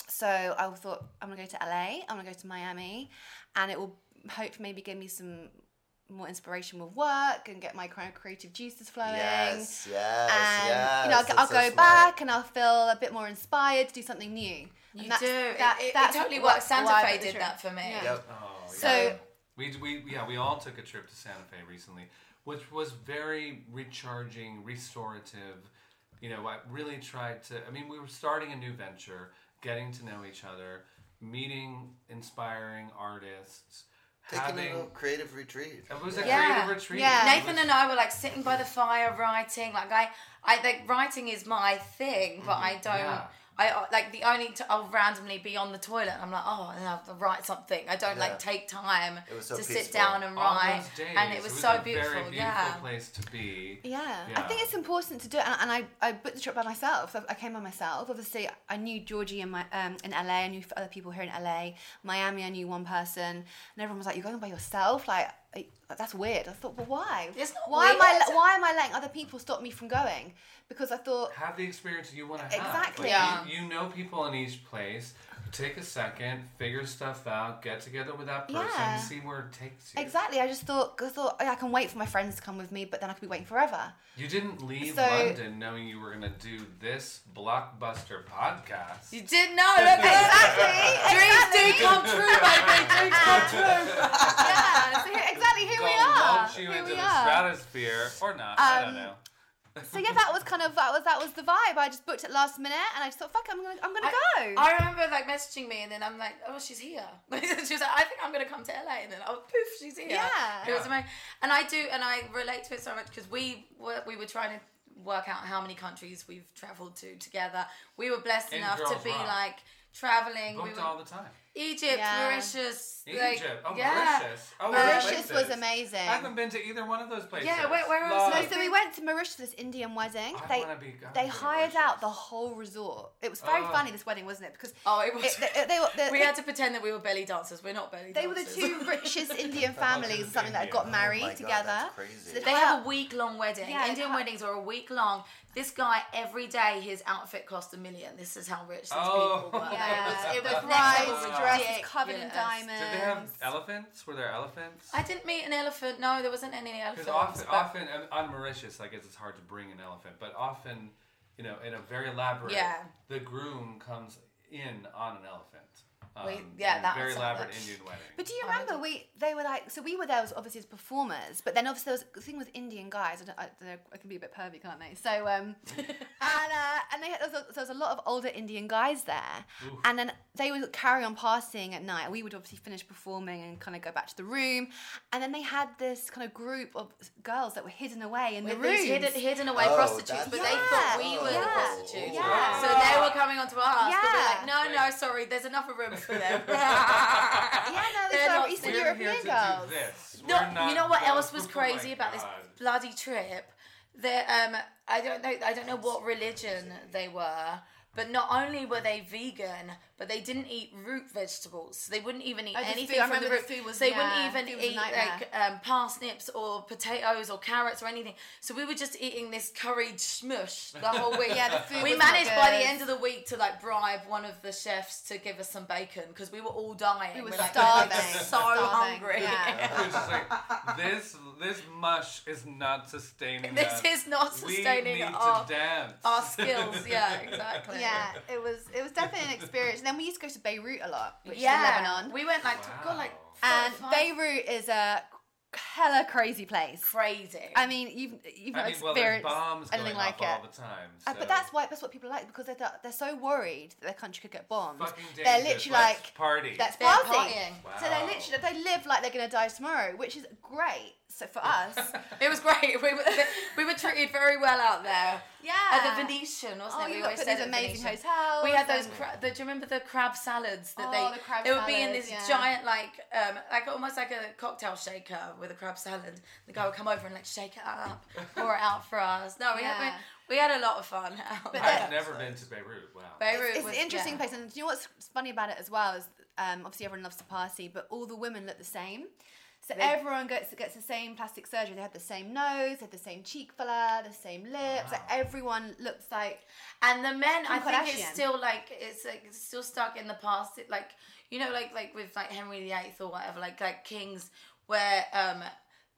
Speaker 5: So I thought I'm gonna go to LA, I'm gonna go to Miami, and it will hopefully maybe give me some more inspiration with work and get my kind of creative juices flowing.
Speaker 6: Yes, yes,
Speaker 5: and
Speaker 6: yes.
Speaker 5: you know, I'll, go-
Speaker 6: that's
Speaker 5: I'll
Speaker 6: so
Speaker 5: go
Speaker 6: smart.
Speaker 5: back and I'll feel a bit more inspired to do something new. And
Speaker 4: You
Speaker 5: that's-
Speaker 4: do. It-
Speaker 5: that-
Speaker 4: it, it
Speaker 5: that's
Speaker 4: totally
Speaker 5: what-
Speaker 4: works. Santa
Speaker 5: why I
Speaker 4: Fe
Speaker 5: put the
Speaker 4: did
Speaker 5: trip.
Speaker 4: that for me.
Speaker 5: Yeah.
Speaker 6: Yep.
Speaker 2: Oh, yeah.
Speaker 5: So
Speaker 2: We, we yeah we all took a trip to Santa Fe recently, which was very recharging, restorative. You know, I really tried to. I mean, we were starting a new venture, getting to know each other, meeting inspiring artists,
Speaker 6: Taking
Speaker 2: having.
Speaker 6: a little creative retreat.
Speaker 2: It was a
Speaker 6: yeah.
Speaker 4: Yeah.
Speaker 2: creative retreat.
Speaker 5: Yeah.
Speaker 2: It
Speaker 4: Nathan
Speaker 2: was-
Speaker 4: and I were like sitting by the fire writing. Like I, I like writing is my thing, but I don't.
Speaker 2: Yeah.
Speaker 4: I uh, like the only t- I'll randomly be on the toilet. And I'm like, oh, and I'll write something. I don't
Speaker 6: Yeah.
Speaker 4: like take time
Speaker 6: It was so
Speaker 4: to sit
Speaker 6: peaceful.
Speaker 4: down and
Speaker 2: on those
Speaker 4: write.
Speaker 2: days,
Speaker 4: and it was, so
Speaker 2: a
Speaker 4: beautiful.
Speaker 2: Very beautiful
Speaker 4: yeah.
Speaker 2: place to be.
Speaker 5: Yeah. I
Speaker 2: Yeah.
Speaker 5: think it's important to do it, and, and I, I booked the trip by myself. So I came by myself. Obviously, I knew Georgie in my um, in LA. I knew other people here in LA, Miami. I knew one person, and everyone was like, "You're going by yourself? Like I- that's weird." I thought, "Well, why?
Speaker 4: It's not
Speaker 5: why am I
Speaker 4: weird.
Speaker 5: why am I letting other people stop me from going?" Because I thought,
Speaker 2: have the experience you want to have.
Speaker 5: Exactly.
Speaker 2: Like,
Speaker 4: Yeah.
Speaker 2: You, you know people in each place. Take a second, figure stuff out, get together with that person,
Speaker 5: Yeah.
Speaker 2: see where it takes you.
Speaker 5: exactly. I just thought, I thought "Oh, I can wait for my friends to come with me, but then I could be waiting forever.
Speaker 2: You didn't leave
Speaker 5: So-
Speaker 2: London knowing you were going to do this blockbuster podcast.
Speaker 4: You didn't know. Look,
Speaker 5: Exactly.
Speaker 4: Dreams do come true, baby. Dreams come true.
Speaker 5: yeah. So here, exactly here we
Speaker 2: God
Speaker 5: are.
Speaker 2: launched you
Speaker 5: Here
Speaker 2: into
Speaker 5: we
Speaker 2: the
Speaker 5: are.
Speaker 2: stratosphere or not. I don't
Speaker 5: Um,
Speaker 2: know.
Speaker 5: So yeah, that was kind of that was that was the vibe. I just booked it last minute, and I just thought, fuck, it, I'm gonna I'm gonna
Speaker 4: I,
Speaker 5: go.
Speaker 4: I remember like messaging me, and then I'm like, oh, she's here. she was like, I think I'm gonna come to LA, and then oh, poof, she's here.
Speaker 5: Yeah.
Speaker 4: it was amazing. And I do, and I relate to it so much because we were we were trying to work out how many countries we've traveled to together. We were blessed
Speaker 2: In
Speaker 4: enough to
Speaker 2: Girls
Speaker 4: be
Speaker 2: Rock.
Speaker 4: like traveling. we
Speaker 2: Booked
Speaker 4: were
Speaker 2: all the time.
Speaker 4: Egypt,
Speaker 5: Yeah.
Speaker 4: Mauritius, like,
Speaker 2: Egypt. Oh,
Speaker 4: yeah.
Speaker 2: Mauritius. Oh,
Speaker 5: Mauritius was
Speaker 2: places.
Speaker 5: amazing.
Speaker 2: I haven't been to either one of those places.
Speaker 4: Yeah, where- where else?
Speaker 5: No,
Speaker 2: Love.
Speaker 4: Like-
Speaker 5: so we went to Mauritius for this Indian wedding.
Speaker 2: I
Speaker 5: they
Speaker 2: wanna be- I wanna
Speaker 5: they
Speaker 2: go to
Speaker 5: hired
Speaker 2: Mauritius.
Speaker 5: out the whole resort. It was very
Speaker 2: Oh.
Speaker 5: funny this wedding, wasn't it? Because
Speaker 4: Oh, it was.
Speaker 5: it, they, they were the,
Speaker 4: we had to pretend that we were belly dancers. We're not belly
Speaker 5: they were the
Speaker 4: dancers.
Speaker 5: two richest Indian families or something that had
Speaker 2: Oh
Speaker 5: got
Speaker 2: my
Speaker 5: married
Speaker 6: God,
Speaker 5: together.
Speaker 6: that's crazy.
Speaker 5: they'd
Speaker 4: They
Speaker 5: hire-
Speaker 4: have a week long wedding.
Speaker 5: Yeah, they
Speaker 4: Indian
Speaker 5: can't-
Speaker 4: weddings are a week long. This guy, every day, his outfit cost a million. This is how rich these
Speaker 2: Oh.
Speaker 4: people were.
Speaker 5: yeah,
Speaker 4: It was, it was next
Speaker 5: bride's
Speaker 4: level
Speaker 5: dresses
Speaker 4: ridiculous.
Speaker 5: covered in diamonds.
Speaker 2: Did they have elephants? Were there elephants?
Speaker 4: I didn't meet an elephant. No, there wasn't any elephants.
Speaker 2: Because often,
Speaker 4: but-
Speaker 2: often um, on Mauritius, I guess it's hard to bring an elephant, but often, you know, in a very elaborate,
Speaker 4: Yeah.
Speaker 2: the groom comes in on an elephant. Um,
Speaker 4: Wait, yeah,
Speaker 2: in a
Speaker 4: that
Speaker 2: very
Speaker 4: was
Speaker 2: elaborate
Speaker 4: something.
Speaker 2: Indian wedding.
Speaker 5: But do you
Speaker 4: Oh, I
Speaker 5: remember
Speaker 4: did-
Speaker 5: we they were like so we were there as obviously as performers, but then obviously there was the thing with Indian guys. I, don't, I, don't know, I can be a bit pervy, can't they? So um, and uh, and they had, there, was a, there was a lot of older Indian guys there, and then they would carry on partying at night. We would obviously finish performing and kind of go back to the room, and then they had this kind of group of girls that were hidden away in the
Speaker 4: with
Speaker 5: rooms.
Speaker 4: these hidden, hidden away
Speaker 6: Oh,
Speaker 4: prostitutes,
Speaker 6: that's
Speaker 4: but they
Speaker 5: Yeah.
Speaker 4: thought we were the
Speaker 5: Yeah.
Speaker 4: prostitutes.
Speaker 5: Yeah.
Speaker 4: So they were coming onto us. But we're like, no,
Speaker 2: Yeah.
Speaker 4: no, sorry, there's enough of room for them.
Speaker 5: yeah, no,
Speaker 4: They're
Speaker 5: they were
Speaker 4: not
Speaker 5: Eastern
Speaker 2: We're
Speaker 5: European
Speaker 2: here to
Speaker 5: girls.
Speaker 2: do this.
Speaker 4: No,
Speaker 2: We're not
Speaker 4: you know what
Speaker 2: going-
Speaker 4: else was
Speaker 2: Oh
Speaker 4: crazy
Speaker 2: my
Speaker 4: about this
Speaker 2: God.
Speaker 4: bloody trip? That um, I don't know. I don't know what religion they were, but not only were they vegan, but they didn't eat root vegetables. So they wouldn't even eat
Speaker 5: Oh, the
Speaker 4: anything
Speaker 5: food- I
Speaker 4: from
Speaker 5: remember
Speaker 4: root.
Speaker 5: the food was-
Speaker 4: they
Speaker 5: yeah,
Speaker 4: wouldn't
Speaker 5: food
Speaker 4: even
Speaker 5: was a
Speaker 4: eat
Speaker 5: nightmare.
Speaker 4: like um, parsnips or potatoes or carrots or anything. So we were just eating this curried smush the whole week.
Speaker 5: Yeah, the food
Speaker 4: we
Speaker 5: was not
Speaker 4: managed by
Speaker 5: good.
Speaker 4: the end of the week to like bribe one of the chefs to give us some bacon because we were all dying.
Speaker 5: We were
Speaker 4: We're, like,
Speaker 5: starving,
Speaker 4: so
Speaker 5: starving,
Speaker 4: hungry.
Speaker 5: yeah.
Speaker 2: We're just like, this, this mush is not sustaining
Speaker 4: This
Speaker 2: us.
Speaker 4: is not
Speaker 2: we need
Speaker 4: sustaining
Speaker 2: to
Speaker 4: our,
Speaker 2: dance.
Speaker 4: our skills. Yeah, exactly.
Speaker 5: Yeah, it was it was definitely an experience. And then we used to go to Beirut a lot, which is in
Speaker 4: yeah.
Speaker 5: Lebanon.
Speaker 4: We went like to, got like
Speaker 2: Wow.
Speaker 5: And
Speaker 4: five-
Speaker 5: Beirut is a hella crazy place.
Speaker 4: Crazy.
Speaker 5: I mean, you've you've not
Speaker 2: I mean, well, there's
Speaker 5: experienced
Speaker 2: bombs going
Speaker 5: anything
Speaker 2: off
Speaker 5: like it.
Speaker 2: all the time.
Speaker 5: Uh,
Speaker 2: so-
Speaker 5: but that's why that's what people like because they're they're so worried that their country could get bombed.
Speaker 2: Fucking
Speaker 5: They're
Speaker 2: dangerous.
Speaker 5: literally
Speaker 2: Let's
Speaker 5: like
Speaker 2: party.
Speaker 5: That's
Speaker 4: They're
Speaker 5: partying.
Speaker 4: partying.
Speaker 5: So
Speaker 2: Wow.
Speaker 5: they literally they live like they're gonna die tomorrow, which is great. So for us,
Speaker 4: It was great. We were, we were treated very well out there.
Speaker 5: yeah.
Speaker 4: At the Venetian, wasn't
Speaker 5: Ah. oh,
Speaker 4: it?
Speaker 5: you
Speaker 4: we
Speaker 5: got
Speaker 4: always
Speaker 5: put
Speaker 4: stayed
Speaker 5: in
Speaker 4: at
Speaker 5: these
Speaker 4: the
Speaker 5: amazing
Speaker 4: Venetian.
Speaker 5: hotels.
Speaker 4: We had those.
Speaker 5: and-
Speaker 4: Cra- the, do you remember the crab salads that
Speaker 5: Oh,
Speaker 4: they?
Speaker 5: the crab
Speaker 4: they would be in
Speaker 5: salads,
Speaker 4: this
Speaker 5: yeah.
Speaker 4: giant, like, um, like almost like a cocktail shaker with a crab salad. The guy would come over and like shake it up, pour it out for us. No, we had
Speaker 5: Yeah.
Speaker 4: we, we had a lot of fun. Out
Speaker 5: But
Speaker 4: there.
Speaker 2: I've never been to Beirut. Wow.
Speaker 4: Beirut
Speaker 5: It's
Speaker 4: was-
Speaker 5: an interesting
Speaker 4: yeah.
Speaker 5: place, and do you know what's funny about it as well is um, obviously everyone loves to party, but all the women look the same. So everyone gets gets the same plastic surgery. They have the same nose, they have the same cheek filler, the same lips. Like everyone looks like
Speaker 4: And the men, I
Speaker 5: Kim
Speaker 4: think
Speaker 5: Kardashian.
Speaker 4: it's still like it's like it's still stuck in the past. It, like you know, like like with like Henry VIII or whatever, like like kings, where um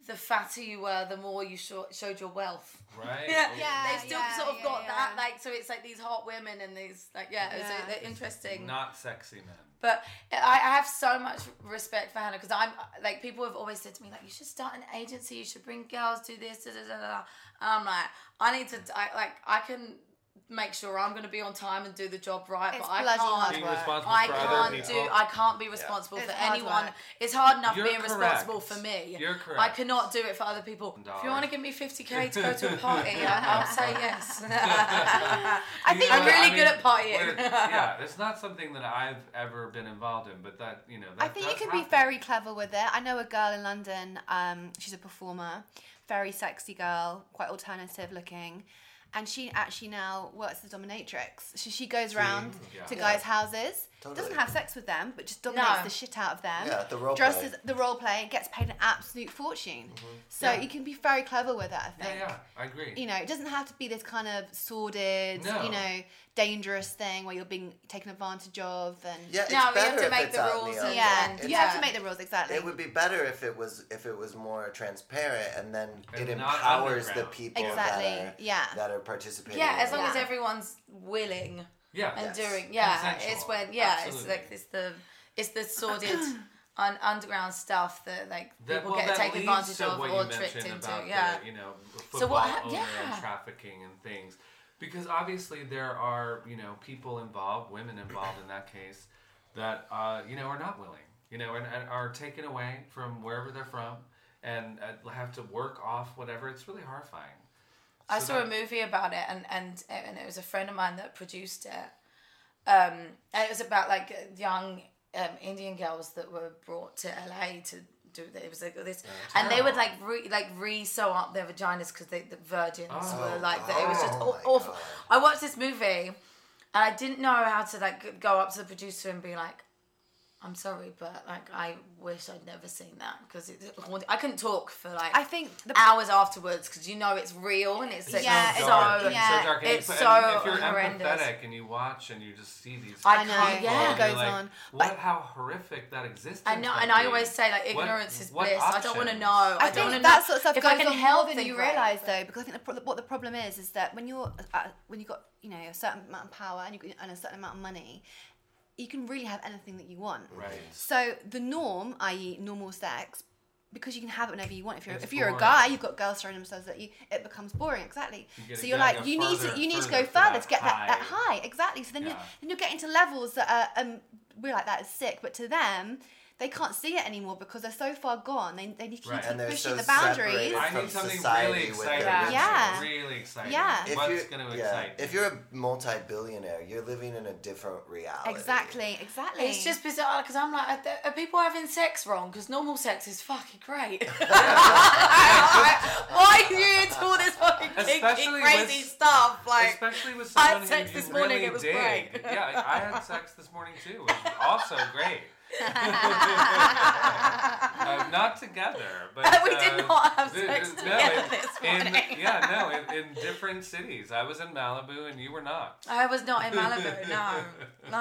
Speaker 4: the fatter you were, the more you sho- showed your wealth.
Speaker 2: Right?
Speaker 4: Yeah,
Speaker 2: Oh,
Speaker 5: Yeah,
Speaker 4: They've still
Speaker 5: yeah,
Speaker 4: sort of
Speaker 5: yeah,
Speaker 4: got
Speaker 5: yeah.
Speaker 4: that. Like so, it's like these hot women and these like yeah, so
Speaker 5: Yeah.
Speaker 4: they're interesting.
Speaker 2: Not sexy men.
Speaker 4: But I, I have so much respect for Hannah because I'm like people have always said to me like you should start an agency, you should bring girls, do this, da da da da. And I'm like I need to I, like I can make sure I'm going to be on time and do the job right,
Speaker 5: It's
Speaker 4: but I
Speaker 5: bloody hard
Speaker 4: can't.
Speaker 2: Being
Speaker 5: work.
Speaker 2: responsible
Speaker 4: I
Speaker 2: for other
Speaker 4: can't
Speaker 2: people.
Speaker 4: do. I can't be responsible
Speaker 5: It's
Speaker 4: for
Speaker 5: hard
Speaker 4: anyone.
Speaker 5: work.
Speaker 4: It's hard enough
Speaker 2: You're
Speaker 4: being responsible
Speaker 2: correct.
Speaker 4: for me.
Speaker 2: You're correct.
Speaker 4: I cannot do it for other people. If you
Speaker 2: Dollars.
Speaker 4: want to give me 50k to go to a party, I- I'll say yes.
Speaker 5: I think
Speaker 4: I'm
Speaker 2: Yeah,
Speaker 4: really
Speaker 2: I
Speaker 4: good at
Speaker 2: mean,
Speaker 4: partying.
Speaker 2: we're- yeah, it's not something that I've ever been involved in, but that you know. That
Speaker 5: I think you
Speaker 2: does
Speaker 5: can be
Speaker 2: happen.
Speaker 5: very clever with it. I know a girl in London. Um, she's a performer, very sexy girl, quite alternative looking, and she actually now works as a dominatrix. So she goes around
Speaker 2: yeah.
Speaker 5: to
Speaker 2: Yeah.
Speaker 5: guys' houses,
Speaker 6: Totally.
Speaker 5: doesn't have sex with them, but just dominates
Speaker 4: No.
Speaker 5: the shit out of them.
Speaker 6: Yeah, the role
Speaker 5: dresses
Speaker 6: play. Mm-hmm.
Speaker 5: the role play, and gets paid an absolute fortune. So
Speaker 2: Yeah.
Speaker 5: you can be very clever with it. I
Speaker 2: Yeah,
Speaker 5: think.
Speaker 2: yeah, I agree.
Speaker 5: You know, it doesn't have to be this kind of sordid,
Speaker 2: No.
Speaker 5: you know, dangerous thing where you're being taken advantage of and
Speaker 6: Yeah, it's
Speaker 4: No, you have
Speaker 6: better
Speaker 4: to
Speaker 6: if
Speaker 4: make
Speaker 6: it's
Speaker 4: the
Speaker 6: out in
Speaker 4: rules
Speaker 6: open.
Speaker 4: and-
Speaker 5: Yeah,
Speaker 4: Yeah.
Speaker 5: you have to make the rules exactly.
Speaker 6: It would be better if it was if it was more transparent, and then
Speaker 2: And
Speaker 6: it
Speaker 2: not
Speaker 6: empowers the
Speaker 2: underground.
Speaker 6: people
Speaker 5: Exactly,
Speaker 6: that are
Speaker 5: yeah.
Speaker 6: that are participating.
Speaker 4: Yeah,
Speaker 6: in
Speaker 4: as long
Speaker 6: it.
Speaker 4: as everyone's willing
Speaker 2: yeah,
Speaker 4: and
Speaker 6: Yes.
Speaker 4: doing. Yeah,
Speaker 2: Consensual.
Speaker 4: it's when yeah,
Speaker 2: Absolutely.
Speaker 4: it's like it's the it's the sordid on underground stuff that like
Speaker 2: That,
Speaker 4: people
Speaker 2: well,
Speaker 4: get
Speaker 2: that
Speaker 4: taken
Speaker 2: leads
Speaker 4: advantage
Speaker 2: to
Speaker 4: of
Speaker 2: what
Speaker 4: or
Speaker 2: you
Speaker 4: tricked
Speaker 2: mentioned
Speaker 4: into.
Speaker 2: about
Speaker 4: yeah.
Speaker 2: the, you know,
Speaker 4: So
Speaker 2: football
Speaker 4: what hap-
Speaker 2: owner
Speaker 4: yeah.
Speaker 2: and trafficking and things, because obviously there are you know people involved, women involved in that case, that uh, you know are not willing, you know, and, and are taken away from wherever they're from and uh, have to work off whatever. It's really horrifying.
Speaker 4: I
Speaker 2: So
Speaker 4: saw a
Speaker 2: that-
Speaker 4: movie about it, and and and it was a friend of mine that produced it. Um, and it was about like young um, Indian girls that were brought to LA to do that. It was like this, and they would like re like re sew up their vaginas because they the virgins
Speaker 2: Oh.
Speaker 4: were like that. It was just
Speaker 6: Oh
Speaker 4: aw-
Speaker 6: my
Speaker 4: awful.
Speaker 6: God.
Speaker 4: I watched this movie, and I didn't know how to like go up to the producer and be like. I'm sorry, but like I wish I'd never seen that because I couldn't talk for like
Speaker 5: I think the
Speaker 4: hours afterwards because you know it's real and it's like,
Speaker 5: Yeah,
Speaker 4: so,
Speaker 5: it's
Speaker 2: dark.
Speaker 5: so-
Speaker 2: It's
Speaker 5: yeah,
Speaker 2: so dark. And
Speaker 4: it's
Speaker 2: you, put-
Speaker 4: so
Speaker 2: and if you're
Speaker 4: horrendous.
Speaker 2: empathetic and you watch and you just see these
Speaker 4: I
Speaker 5: I
Speaker 4: can't-
Speaker 5: know.
Speaker 4: yeah.
Speaker 5: Yeah,
Speaker 2: people,
Speaker 5: it
Speaker 4: It
Speaker 2: you're
Speaker 5: goes
Speaker 2: like,
Speaker 5: on.
Speaker 2: What?
Speaker 5: But
Speaker 2: how horrific that existence.
Speaker 4: I know,
Speaker 2: must
Speaker 4: and I
Speaker 2: be.
Speaker 4: always say like
Speaker 2: What-
Speaker 4: ignorance is
Speaker 2: what
Speaker 4: bliss. I don't want to
Speaker 2: options?
Speaker 4: know. I,
Speaker 5: I
Speaker 4: don't
Speaker 5: think
Speaker 4: want to
Speaker 5: that
Speaker 4: know.
Speaker 5: sort of stuff
Speaker 4: if
Speaker 5: goes
Speaker 4: I can
Speaker 5: on
Speaker 4: help,
Speaker 5: more than
Speaker 4: then
Speaker 5: you
Speaker 4: great,
Speaker 5: realize,
Speaker 4: but-
Speaker 5: though, because I think the pro- what the problem is is that when you're uh, when you got you know a certain amount of power and you got- and a certain amount of money, you can really have anything that you want.
Speaker 2: Right.
Speaker 5: So the norm, i.e., normal sex, because you can have it whenever you want. If you're
Speaker 2: It's
Speaker 5: if you're a
Speaker 2: boring.
Speaker 5: guy, you've got girls throwing themselves at you. It becomes boring, exactly.
Speaker 2: You
Speaker 5: so
Speaker 2: gotta
Speaker 5: you're
Speaker 2: go-
Speaker 5: like,
Speaker 2: go
Speaker 5: you need
Speaker 2: further,
Speaker 5: to you need to
Speaker 2: further
Speaker 5: go
Speaker 2: for that
Speaker 5: further to get that, that
Speaker 2: high.
Speaker 5: high, exactly. So then you're
Speaker 2: Yeah.
Speaker 5: then you're getting to levels that are um, we're like that is sick, but to them. They can't see it anymore because they're so far gone. They, they keep
Speaker 2: Right.
Speaker 6: And they're
Speaker 5: pushing
Speaker 6: so
Speaker 5: the boundaries.
Speaker 6: separated.
Speaker 2: I
Speaker 6: from
Speaker 2: need something
Speaker 6: society
Speaker 2: really
Speaker 6: with
Speaker 2: exciting.
Speaker 6: their
Speaker 5: Yeah. rituals.
Speaker 2: Really exciting.
Speaker 5: Yeah.
Speaker 6: If
Speaker 2: What's
Speaker 6: you're-
Speaker 2: going to
Speaker 6: yeah,
Speaker 2: excite me?
Speaker 6: If you're a multi-billionaire, you're living in a different reality.
Speaker 5: Exactly, exactly.
Speaker 4: It's just bizarre because I'm like, are, there- are people having sex wrong? Because normal sex is fucking great. Why are you into all this fucking kinky,
Speaker 2: Especially
Speaker 4: crazy
Speaker 2: with-
Speaker 4: stuff? Like,
Speaker 2: Especially with
Speaker 4: I had
Speaker 2: someone who
Speaker 4: sex
Speaker 2: you
Speaker 4: this morning,
Speaker 2: really
Speaker 4: it was
Speaker 2: dig.
Speaker 4: great.
Speaker 2: Yeah, I had sex this morning too. It was also great. um, not together, but
Speaker 4: We did
Speaker 2: uh,
Speaker 4: not have
Speaker 2: th-
Speaker 4: sex
Speaker 2: th- No,
Speaker 4: together
Speaker 2: in-
Speaker 4: this
Speaker 2: in,
Speaker 4: morning.
Speaker 2: yeah, no, in, in different cities. I was in Malibu and you were not.
Speaker 4: I was not in Malibu. No, no,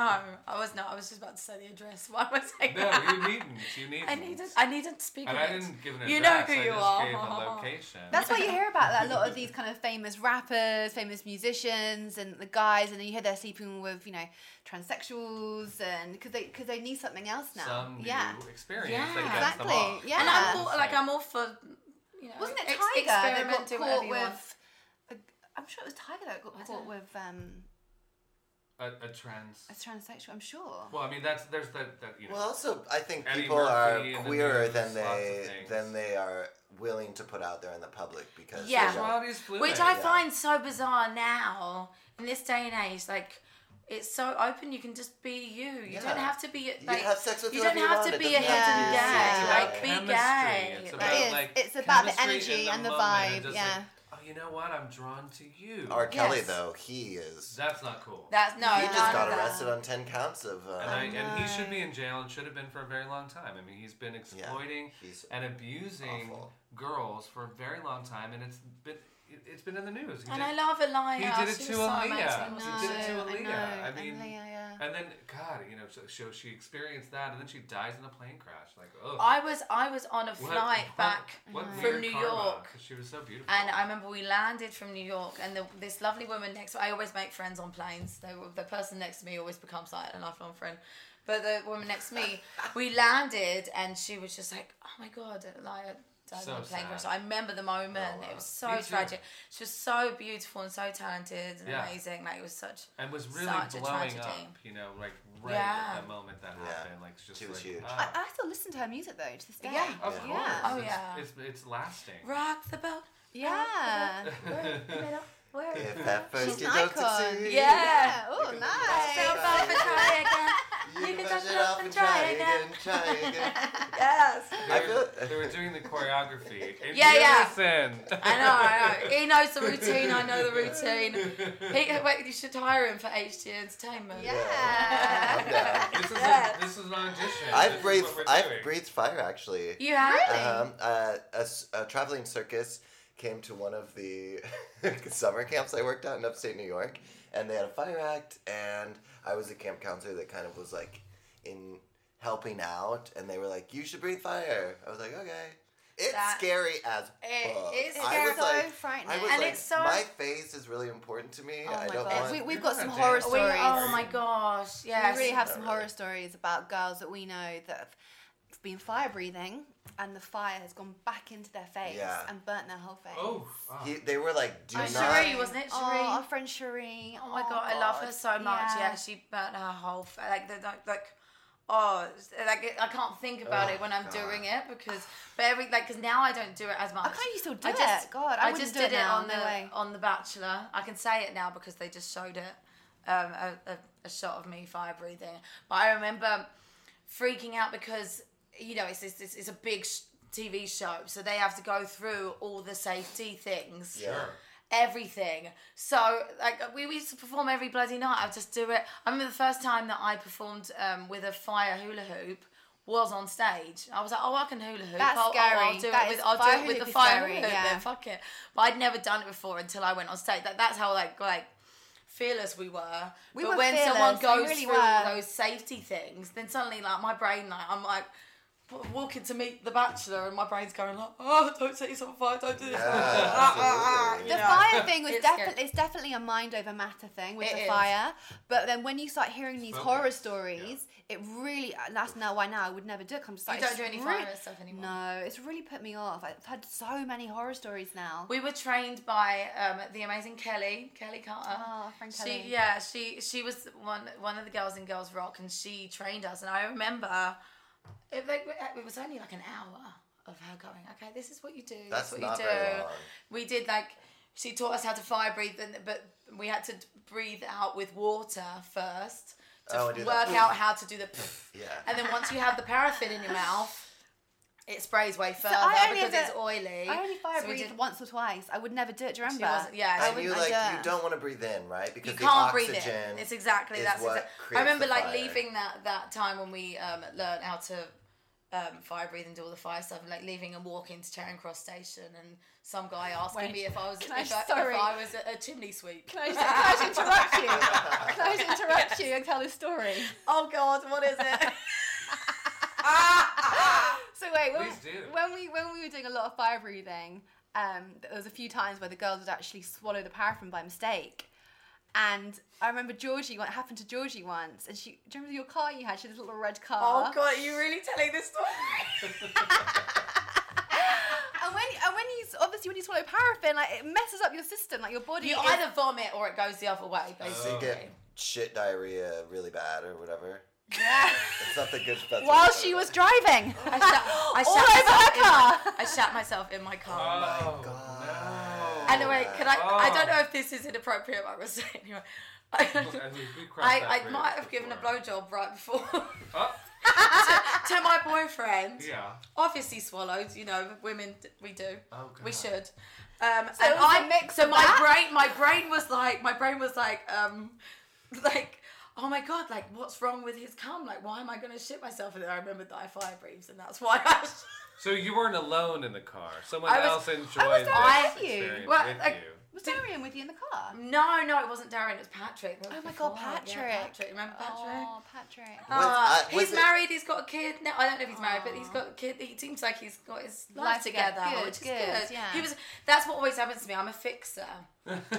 Speaker 4: I was not. I was just about to say the address. Why was I?
Speaker 2: No, you needn't. You needn't.
Speaker 4: I needed. I needed to speak.
Speaker 2: and
Speaker 4: of
Speaker 2: I
Speaker 4: it.
Speaker 2: didn't give an address.
Speaker 4: You know who
Speaker 2: I
Speaker 4: you
Speaker 2: just
Speaker 4: are.
Speaker 2: Gave a location.
Speaker 5: That's why you hear about that. A lot of these kind of famous rappers, famous musicians, and the guys, and then you hear they're sleeping with you know transsexuals, and because they because they need something else now.
Speaker 2: Some
Speaker 5: yeah.
Speaker 2: new experience
Speaker 4: Yeah.
Speaker 2: that gets
Speaker 5: Exactly,
Speaker 2: them off.
Speaker 5: yeah.
Speaker 4: And I'm all,
Speaker 2: It's
Speaker 4: like I'm all for. You know,
Speaker 5: Wasn't it
Speaker 4: ex-
Speaker 5: Tiger that
Speaker 4: Experiment,
Speaker 5: got
Speaker 4: do whatever
Speaker 5: caught
Speaker 4: you want.
Speaker 5: with? I'm sure it was Tiger that got caught with um,
Speaker 2: a, a trans.
Speaker 5: a transsexual. I'm sure.
Speaker 2: Well, I mean, that's there's that that you know.
Speaker 6: Well, also, I think
Speaker 2: Eddie
Speaker 6: people
Speaker 2: Murphy
Speaker 6: are
Speaker 2: and the
Speaker 6: queerer
Speaker 2: news,
Speaker 6: than
Speaker 2: lots of
Speaker 6: they
Speaker 2: things.
Speaker 6: than they are willing to put out there in the public because
Speaker 4: Yeah.
Speaker 6: they don't-
Speaker 2: Sexuality's fluid.
Speaker 4: Which I
Speaker 6: Yeah.
Speaker 4: find so bizarre now in this day and age. Like, it's so open. You can just be you. You
Speaker 6: Yeah.
Speaker 4: don't have to be
Speaker 6: You
Speaker 4: like.
Speaker 6: have sex with
Speaker 4: you don't
Speaker 6: whoever you
Speaker 4: have
Speaker 6: want.
Speaker 4: to
Speaker 6: It
Speaker 4: be a
Speaker 6: doesn't
Speaker 4: hidden gay.
Speaker 6: have to
Speaker 4: Like,
Speaker 6: be
Speaker 4: be
Speaker 2: chemistry.
Speaker 4: gay.
Speaker 2: It's
Speaker 4: like,
Speaker 2: about,
Speaker 5: It is.
Speaker 2: like,
Speaker 5: It's about the
Speaker 2: chemistry
Speaker 5: energy
Speaker 2: in
Speaker 5: and the
Speaker 2: moment
Speaker 5: vibe,
Speaker 2: just
Speaker 5: yeah.
Speaker 2: like, oh, you know what? I'm drawn to you.
Speaker 6: R. Kelly,
Speaker 4: Yes.
Speaker 6: though, he is.
Speaker 2: That's not cool.
Speaker 4: that's no.
Speaker 6: He
Speaker 4: no,
Speaker 6: just
Speaker 4: no,
Speaker 6: got
Speaker 4: no.
Speaker 6: arrested on ten counts of. Uh,
Speaker 2: and, I, and he
Speaker 5: no.
Speaker 2: should be in jail and should have been for a very long time. I mean, he's been exploiting
Speaker 6: he's
Speaker 2: and abusing
Speaker 6: awful.
Speaker 2: girls for a very long time, and it's been it- it's been in the news. He did-
Speaker 4: And I love Aaliyah.
Speaker 2: He did it
Speaker 4: She
Speaker 2: to
Speaker 4: was so amazing,
Speaker 2: Aaliyah.
Speaker 4: wasn't
Speaker 5: No,
Speaker 2: he did it to
Speaker 5: I
Speaker 2: Aaliyah.
Speaker 5: know.
Speaker 2: I,
Speaker 5: And
Speaker 2: mean,
Speaker 5: Leah, yeah.
Speaker 2: and then God, you know, so, so she experienced that, and then she dies in a plane crash. Like, oh,
Speaker 4: I was I was on a flight back
Speaker 2: from
Speaker 4: from New York.
Speaker 2: She was so beautiful.
Speaker 4: And I remember we landed from New York, and the, this lovely woman next. I always make friends on planes. They, were- the person next to me always becomes like a lifelong friend. But the woman next to me, we landed, and she was just like, "Oh my god!" Like, I died
Speaker 2: So
Speaker 4: on a plane
Speaker 2: sad.
Speaker 4: crash. I remember the moment.
Speaker 2: Oh, wow.
Speaker 4: It was so
Speaker 2: Me too.
Speaker 4: tragic. She was so beautiful and so talented and
Speaker 2: Yeah.
Speaker 4: amazing. Like it was such.
Speaker 2: and was really
Speaker 4: Such a
Speaker 2: blowing
Speaker 4: tragedy.
Speaker 2: up, you know, like right
Speaker 4: Yeah.
Speaker 2: at the moment that
Speaker 6: Yeah.
Speaker 2: happened. Like, just
Speaker 6: She was
Speaker 2: like,
Speaker 6: huge.
Speaker 2: ah.
Speaker 5: I, I still listen to her music though to this day.
Speaker 4: Yeah.
Speaker 2: of
Speaker 6: Yeah.
Speaker 2: course,
Speaker 5: Yeah.
Speaker 4: Oh,
Speaker 2: it's,
Speaker 4: yeah.
Speaker 2: it's it's lasting.
Speaker 4: Rock the boat.
Speaker 5: Yeah.
Speaker 4: Where?
Speaker 6: If at first
Speaker 5: She's
Speaker 6: you
Speaker 5: an
Speaker 6: don't
Speaker 5: icon.
Speaker 6: succeed,
Speaker 4: Yeah.
Speaker 5: Oh,
Speaker 6: You can-
Speaker 4: Stop
Speaker 5: nice.
Speaker 4: off and try again.
Speaker 6: you,
Speaker 4: You
Speaker 6: can
Speaker 4: can
Speaker 6: touch
Speaker 4: touch
Speaker 6: it off and try again, try again.
Speaker 4: Yes.
Speaker 2: They,
Speaker 6: I
Speaker 2: were,
Speaker 6: feel-
Speaker 2: they were doing the choreography. in
Speaker 4: Yeah, yeah.
Speaker 2: unison.
Speaker 4: I know, I know. He knows the routine. I know the routine. He, wait, you should hire him for HG Entertainment.
Speaker 5: Yeah.
Speaker 6: I'm down.
Speaker 2: This is
Speaker 4: Yeah.
Speaker 2: a, this is an audition.
Speaker 6: I've
Speaker 2: this is
Speaker 6: breathed.
Speaker 2: what we're doing.
Speaker 6: I've breathed fire actually.
Speaker 4: You have?
Speaker 5: Really?
Speaker 6: Um, uh, a, s- a traveling circus came to one of the summer camps I worked at in upstate New York, and they had a fire act, and I was a camp counselor that kind of was like in helping out, and they were like, "You should breathe fire." I was like, "Okay." It's
Speaker 4: That-
Speaker 6: scary as
Speaker 4: It
Speaker 6: fuck.
Speaker 4: is
Speaker 6: I was
Speaker 5: so
Speaker 6: like,
Speaker 5: frightening.
Speaker 6: I was
Speaker 4: And
Speaker 6: like,
Speaker 4: it's so-
Speaker 6: my face is really important to me.
Speaker 5: Oh
Speaker 6: I
Speaker 5: my
Speaker 6: don't
Speaker 5: gosh.
Speaker 6: want.
Speaker 5: We, we've
Speaker 2: You're
Speaker 5: got
Speaker 2: not
Speaker 5: some
Speaker 2: a
Speaker 5: horror
Speaker 2: dancer.
Speaker 4: We,
Speaker 5: stories.
Speaker 4: oh my gosh. Yes.
Speaker 5: We really have
Speaker 6: Not
Speaker 5: some
Speaker 6: really.
Speaker 5: horror stories about girls that we know that have been fire breathing and the fire has gone back into their face
Speaker 6: Yeah.
Speaker 5: and burnt their whole face.
Speaker 2: Oh, wow.
Speaker 6: He- they were like, "Do
Speaker 4: Oh,
Speaker 6: not."
Speaker 4: Cherie, wasn't it?
Speaker 5: Oh,
Speaker 4: Cherie?
Speaker 5: our friend Cherie.
Speaker 4: Oh my god, I love her so much. Yeah,
Speaker 5: Yeah.
Speaker 4: she burnt her whole fa- like the like, like oh it's- like it- I can't think about
Speaker 6: Oh,
Speaker 4: it when I'm
Speaker 6: God.
Speaker 4: doing it because but every like because now I don't do it as much.
Speaker 5: I can't you still do
Speaker 4: I just
Speaker 5: it. God, I,
Speaker 4: I,
Speaker 5: wouldn't
Speaker 4: just
Speaker 5: do
Speaker 4: did it,
Speaker 5: now,
Speaker 4: on the
Speaker 5: no way.
Speaker 4: on the Bachelor. I can say it now because they just showed it um, a, a, a shot of me fire breathing. But I remember freaking out because you know it's it's, it's a big sh- TV show, so they have to go through all the safety things
Speaker 6: Yeah.
Speaker 4: everything. So like we, we used to perform every bloody night. I'd just do it. I remember the first time that I performed um, with a fire hula hoop was on stage. I was like, oh, I can hula hoop.
Speaker 5: That's
Speaker 4: oh,
Speaker 5: scary.
Speaker 4: Oh, I'll do
Speaker 5: That
Speaker 4: it with
Speaker 5: is-
Speaker 4: I'll
Speaker 5: fire
Speaker 4: do it with
Speaker 5: hoop
Speaker 4: the
Speaker 5: is
Speaker 4: fire
Speaker 5: scary,
Speaker 4: hula hoop.
Speaker 5: yeah.
Speaker 4: Then fuck it. But I'd never done it before until I went on stage. That, that's how like like fearless we were.
Speaker 5: We
Speaker 4: but
Speaker 5: were
Speaker 4: when
Speaker 5: fearless,
Speaker 4: someone
Speaker 5: we
Speaker 4: goes
Speaker 5: really
Speaker 4: through all
Speaker 5: were.
Speaker 4: those safety things, then suddenly like my brain like I'm like w- walking to meet the bachelor and my brain's going like oh don't set yourself on fire don't do this
Speaker 6: Yeah,
Speaker 4: uh,
Speaker 6: absolutely.
Speaker 5: The
Speaker 4: know.
Speaker 5: fire thing was
Speaker 4: It's
Speaker 5: definitely
Speaker 4: scary.
Speaker 5: it's definitely a mind over matter thing with
Speaker 4: It
Speaker 5: the
Speaker 4: is.
Speaker 5: fire. But then when you start hearing these horror
Speaker 2: Focus,
Speaker 5: stories, it really and that's now why now I would never do it. 'cause I'm just like
Speaker 4: don't
Speaker 5: it's
Speaker 4: do any
Speaker 5: really-
Speaker 4: fire stuff anymore.
Speaker 5: No, it's really put me off. I've had so many horror stories now.
Speaker 4: We were trained by um, the amazing Kelly, Kelly Carter.
Speaker 5: Oh, friend Kelly.
Speaker 4: She, yeah, she she was one one of the girls in Girls Rock, and she trained us. And I remember, it, like, it was only like an hour of her going, "Okay, this is what you do.
Speaker 6: That's
Speaker 4: this is what
Speaker 6: not
Speaker 4: you do."
Speaker 6: very long.
Speaker 4: We did like she taught us how to fire breathe, and, but we had to breathe out with water first to
Speaker 6: Oh, I
Speaker 4: work
Speaker 6: do that.
Speaker 4: out how to do the.
Speaker 6: Yeah.
Speaker 4: And then once you have the paraffin in your mouth. It sprays way further
Speaker 5: I only
Speaker 4: because
Speaker 5: ever-
Speaker 4: it's oily.
Speaker 5: I only fire
Speaker 4: So we
Speaker 5: breathe
Speaker 4: did-
Speaker 5: once or twice. I would never do it. Do you
Speaker 4: She
Speaker 5: remember?
Speaker 4: wasn't- yeah, she
Speaker 5: I
Speaker 6: and
Speaker 5: wouldn't.
Speaker 6: you
Speaker 5: I
Speaker 6: like you
Speaker 5: don't.
Speaker 6: don't want to breathe in, right? Because
Speaker 4: you
Speaker 6: the
Speaker 4: can't breathe
Speaker 6: oxygen
Speaker 4: it. It's exactly
Speaker 6: is
Speaker 4: that's.
Speaker 6: what
Speaker 4: exact-
Speaker 6: creates
Speaker 4: I remember
Speaker 6: the
Speaker 4: like
Speaker 6: fire.
Speaker 4: leaving that that time when we um, learned how to um, fire breathing, do all the fire stuff, and like leaving and walking to Charing Cross station, and some guy asking
Speaker 5: Wait,
Speaker 4: me if I was if
Speaker 5: I-
Speaker 4: I, if
Speaker 5: sorry.
Speaker 4: I was a, a chimney sweep.
Speaker 5: Can I just, can I just interrupt you? Can I just interrupt you and tell this story?
Speaker 4: Oh God, what is it?
Speaker 5: So wait, when,
Speaker 2: Please do.
Speaker 5: when we when we were doing a lot of fire breathing, um, there was a few times where the girls would actually swallow the paraffin by mistake. And I remember Georgie, what happened to Georgie once, and she, do you remember your car you had? She had this little red car.
Speaker 4: oh God, are you really telling this story?
Speaker 5: And when and when you obviously when you swallow paraffin, like it messes up your system, like your body.
Speaker 4: You
Speaker 5: is-
Speaker 4: either vomit or it goes the other way,
Speaker 2: Oh.
Speaker 6: So
Speaker 4: basically.
Speaker 6: you get shit diarrhea really bad or whatever. It's not the good stuff.
Speaker 5: while she was driving,
Speaker 4: I shat, I
Speaker 5: all
Speaker 4: shat
Speaker 5: over her car.
Speaker 4: I shat myself in my car.
Speaker 2: Oh,
Speaker 6: God.
Speaker 4: and anyway, can I? I don't
Speaker 2: Oh.
Speaker 4: know if this is inappropriate. What I was saying anyway. I, I, I might have given a blowjob right before to,
Speaker 2: Oh,
Speaker 4: to my boyfriend.
Speaker 2: yeah.
Speaker 4: Obviously swallowed. You know, women d- we do.
Speaker 6: Oh,
Speaker 4: We
Speaker 6: God.
Speaker 4: should. Um,
Speaker 5: it
Speaker 4: and
Speaker 5: was a
Speaker 4: I
Speaker 5: mix
Speaker 4: so
Speaker 5: of
Speaker 4: my
Speaker 5: that?
Speaker 4: brain my brain was like my brain was like um like oh my god like what's wrong with his cum like why am I gonna shit myself and then I remembered that I fire breathes and that's why I
Speaker 2: So you weren't alone in the car. Someone
Speaker 4: I was-
Speaker 2: else enjoyed
Speaker 5: there
Speaker 2: this
Speaker 5: with you.
Speaker 2: experience
Speaker 4: Well,
Speaker 2: with
Speaker 4: like-
Speaker 2: you.
Speaker 5: was Darian with you in the car?
Speaker 4: no no it wasn't Darren it was Patrick That was
Speaker 5: Oh my god,
Speaker 4: before.
Speaker 5: Patrick!
Speaker 4: yeah, Patrick remember Patrick
Speaker 5: Oh, Patrick.
Speaker 6: Was-
Speaker 4: Uh,
Speaker 6: I- was
Speaker 4: he's
Speaker 6: it-
Speaker 4: married. He's got a kid. No, I don't know if he's married, but he's got a kid. He seems like he's got his life,
Speaker 5: Life together.
Speaker 4: together,
Speaker 5: Good,
Speaker 4: which is
Speaker 5: good,
Speaker 4: good.
Speaker 5: yeah.
Speaker 4: He was. That's what always happens to me. I'm a fixer.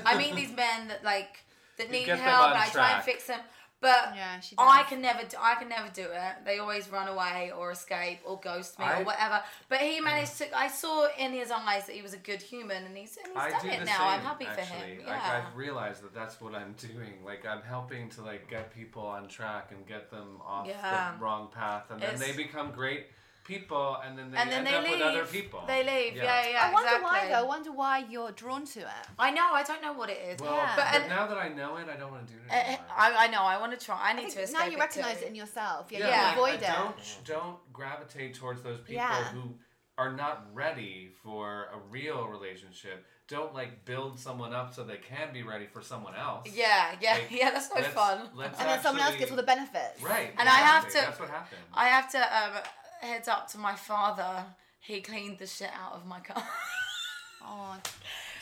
Speaker 4: I meet these men that like that need
Speaker 2: get them
Speaker 4: help,
Speaker 2: on
Speaker 4: and I try
Speaker 2: track.
Speaker 4: and fix them. But
Speaker 5: Yeah, she
Speaker 4: I
Speaker 5: does.
Speaker 4: can never. Do, I can never do it. They always run away or escape or ghost me
Speaker 2: I-
Speaker 4: or whatever. But he managed to. I saw in his eyes that he was a good human, and he's, and he's
Speaker 2: I
Speaker 4: done
Speaker 2: do
Speaker 4: it
Speaker 2: the
Speaker 4: now.
Speaker 2: same.
Speaker 4: I'm happy
Speaker 2: actually.
Speaker 4: for him.
Speaker 2: Like,
Speaker 4: Yeah.
Speaker 2: I've realized that that's what I'm doing. Like I'm helping to like get people on track and get them off
Speaker 4: Yeah.
Speaker 2: the wrong path, and then
Speaker 4: It's-
Speaker 2: they become great people, and then they
Speaker 4: and then
Speaker 2: end
Speaker 4: they
Speaker 2: up
Speaker 4: leave.
Speaker 2: with other people.
Speaker 4: They leave. Yeah, yeah.
Speaker 5: I wonder why
Speaker 4: exactly.
Speaker 5: though. I wonder why you're drawn to it.
Speaker 4: I know. I don't know what it is.
Speaker 2: Well,
Speaker 5: Yeah.
Speaker 2: but,
Speaker 4: But- and-
Speaker 2: now that I know it, I don't want to do it
Speaker 4: Uh,
Speaker 2: anymore.
Speaker 4: I, I know. I want to try. I need
Speaker 5: I
Speaker 4: to
Speaker 5: think
Speaker 4: escape.
Speaker 5: now you recognise
Speaker 4: too.
Speaker 5: it in yourself. Yeah,
Speaker 4: Yeah,
Speaker 5: you
Speaker 2: like,
Speaker 5: avoid
Speaker 2: I
Speaker 5: it.
Speaker 2: Don't don't gravitate towards those people
Speaker 5: Yeah.
Speaker 2: who are not ready for a real relationship. Don't like build someone up so they can be ready for someone else.
Speaker 4: Yeah, yeah,
Speaker 2: Like,
Speaker 4: yeah. That's no
Speaker 2: let's-
Speaker 4: fun.
Speaker 2: let's
Speaker 5: And then someone else
Speaker 2: actually-
Speaker 5: gets all the benefits.
Speaker 2: right.
Speaker 4: And I have
Speaker 2: exactly.
Speaker 4: to-
Speaker 2: That's what happened.
Speaker 4: I have to um, head up to my father. He cleaned the shit out of my car.
Speaker 5: Oh,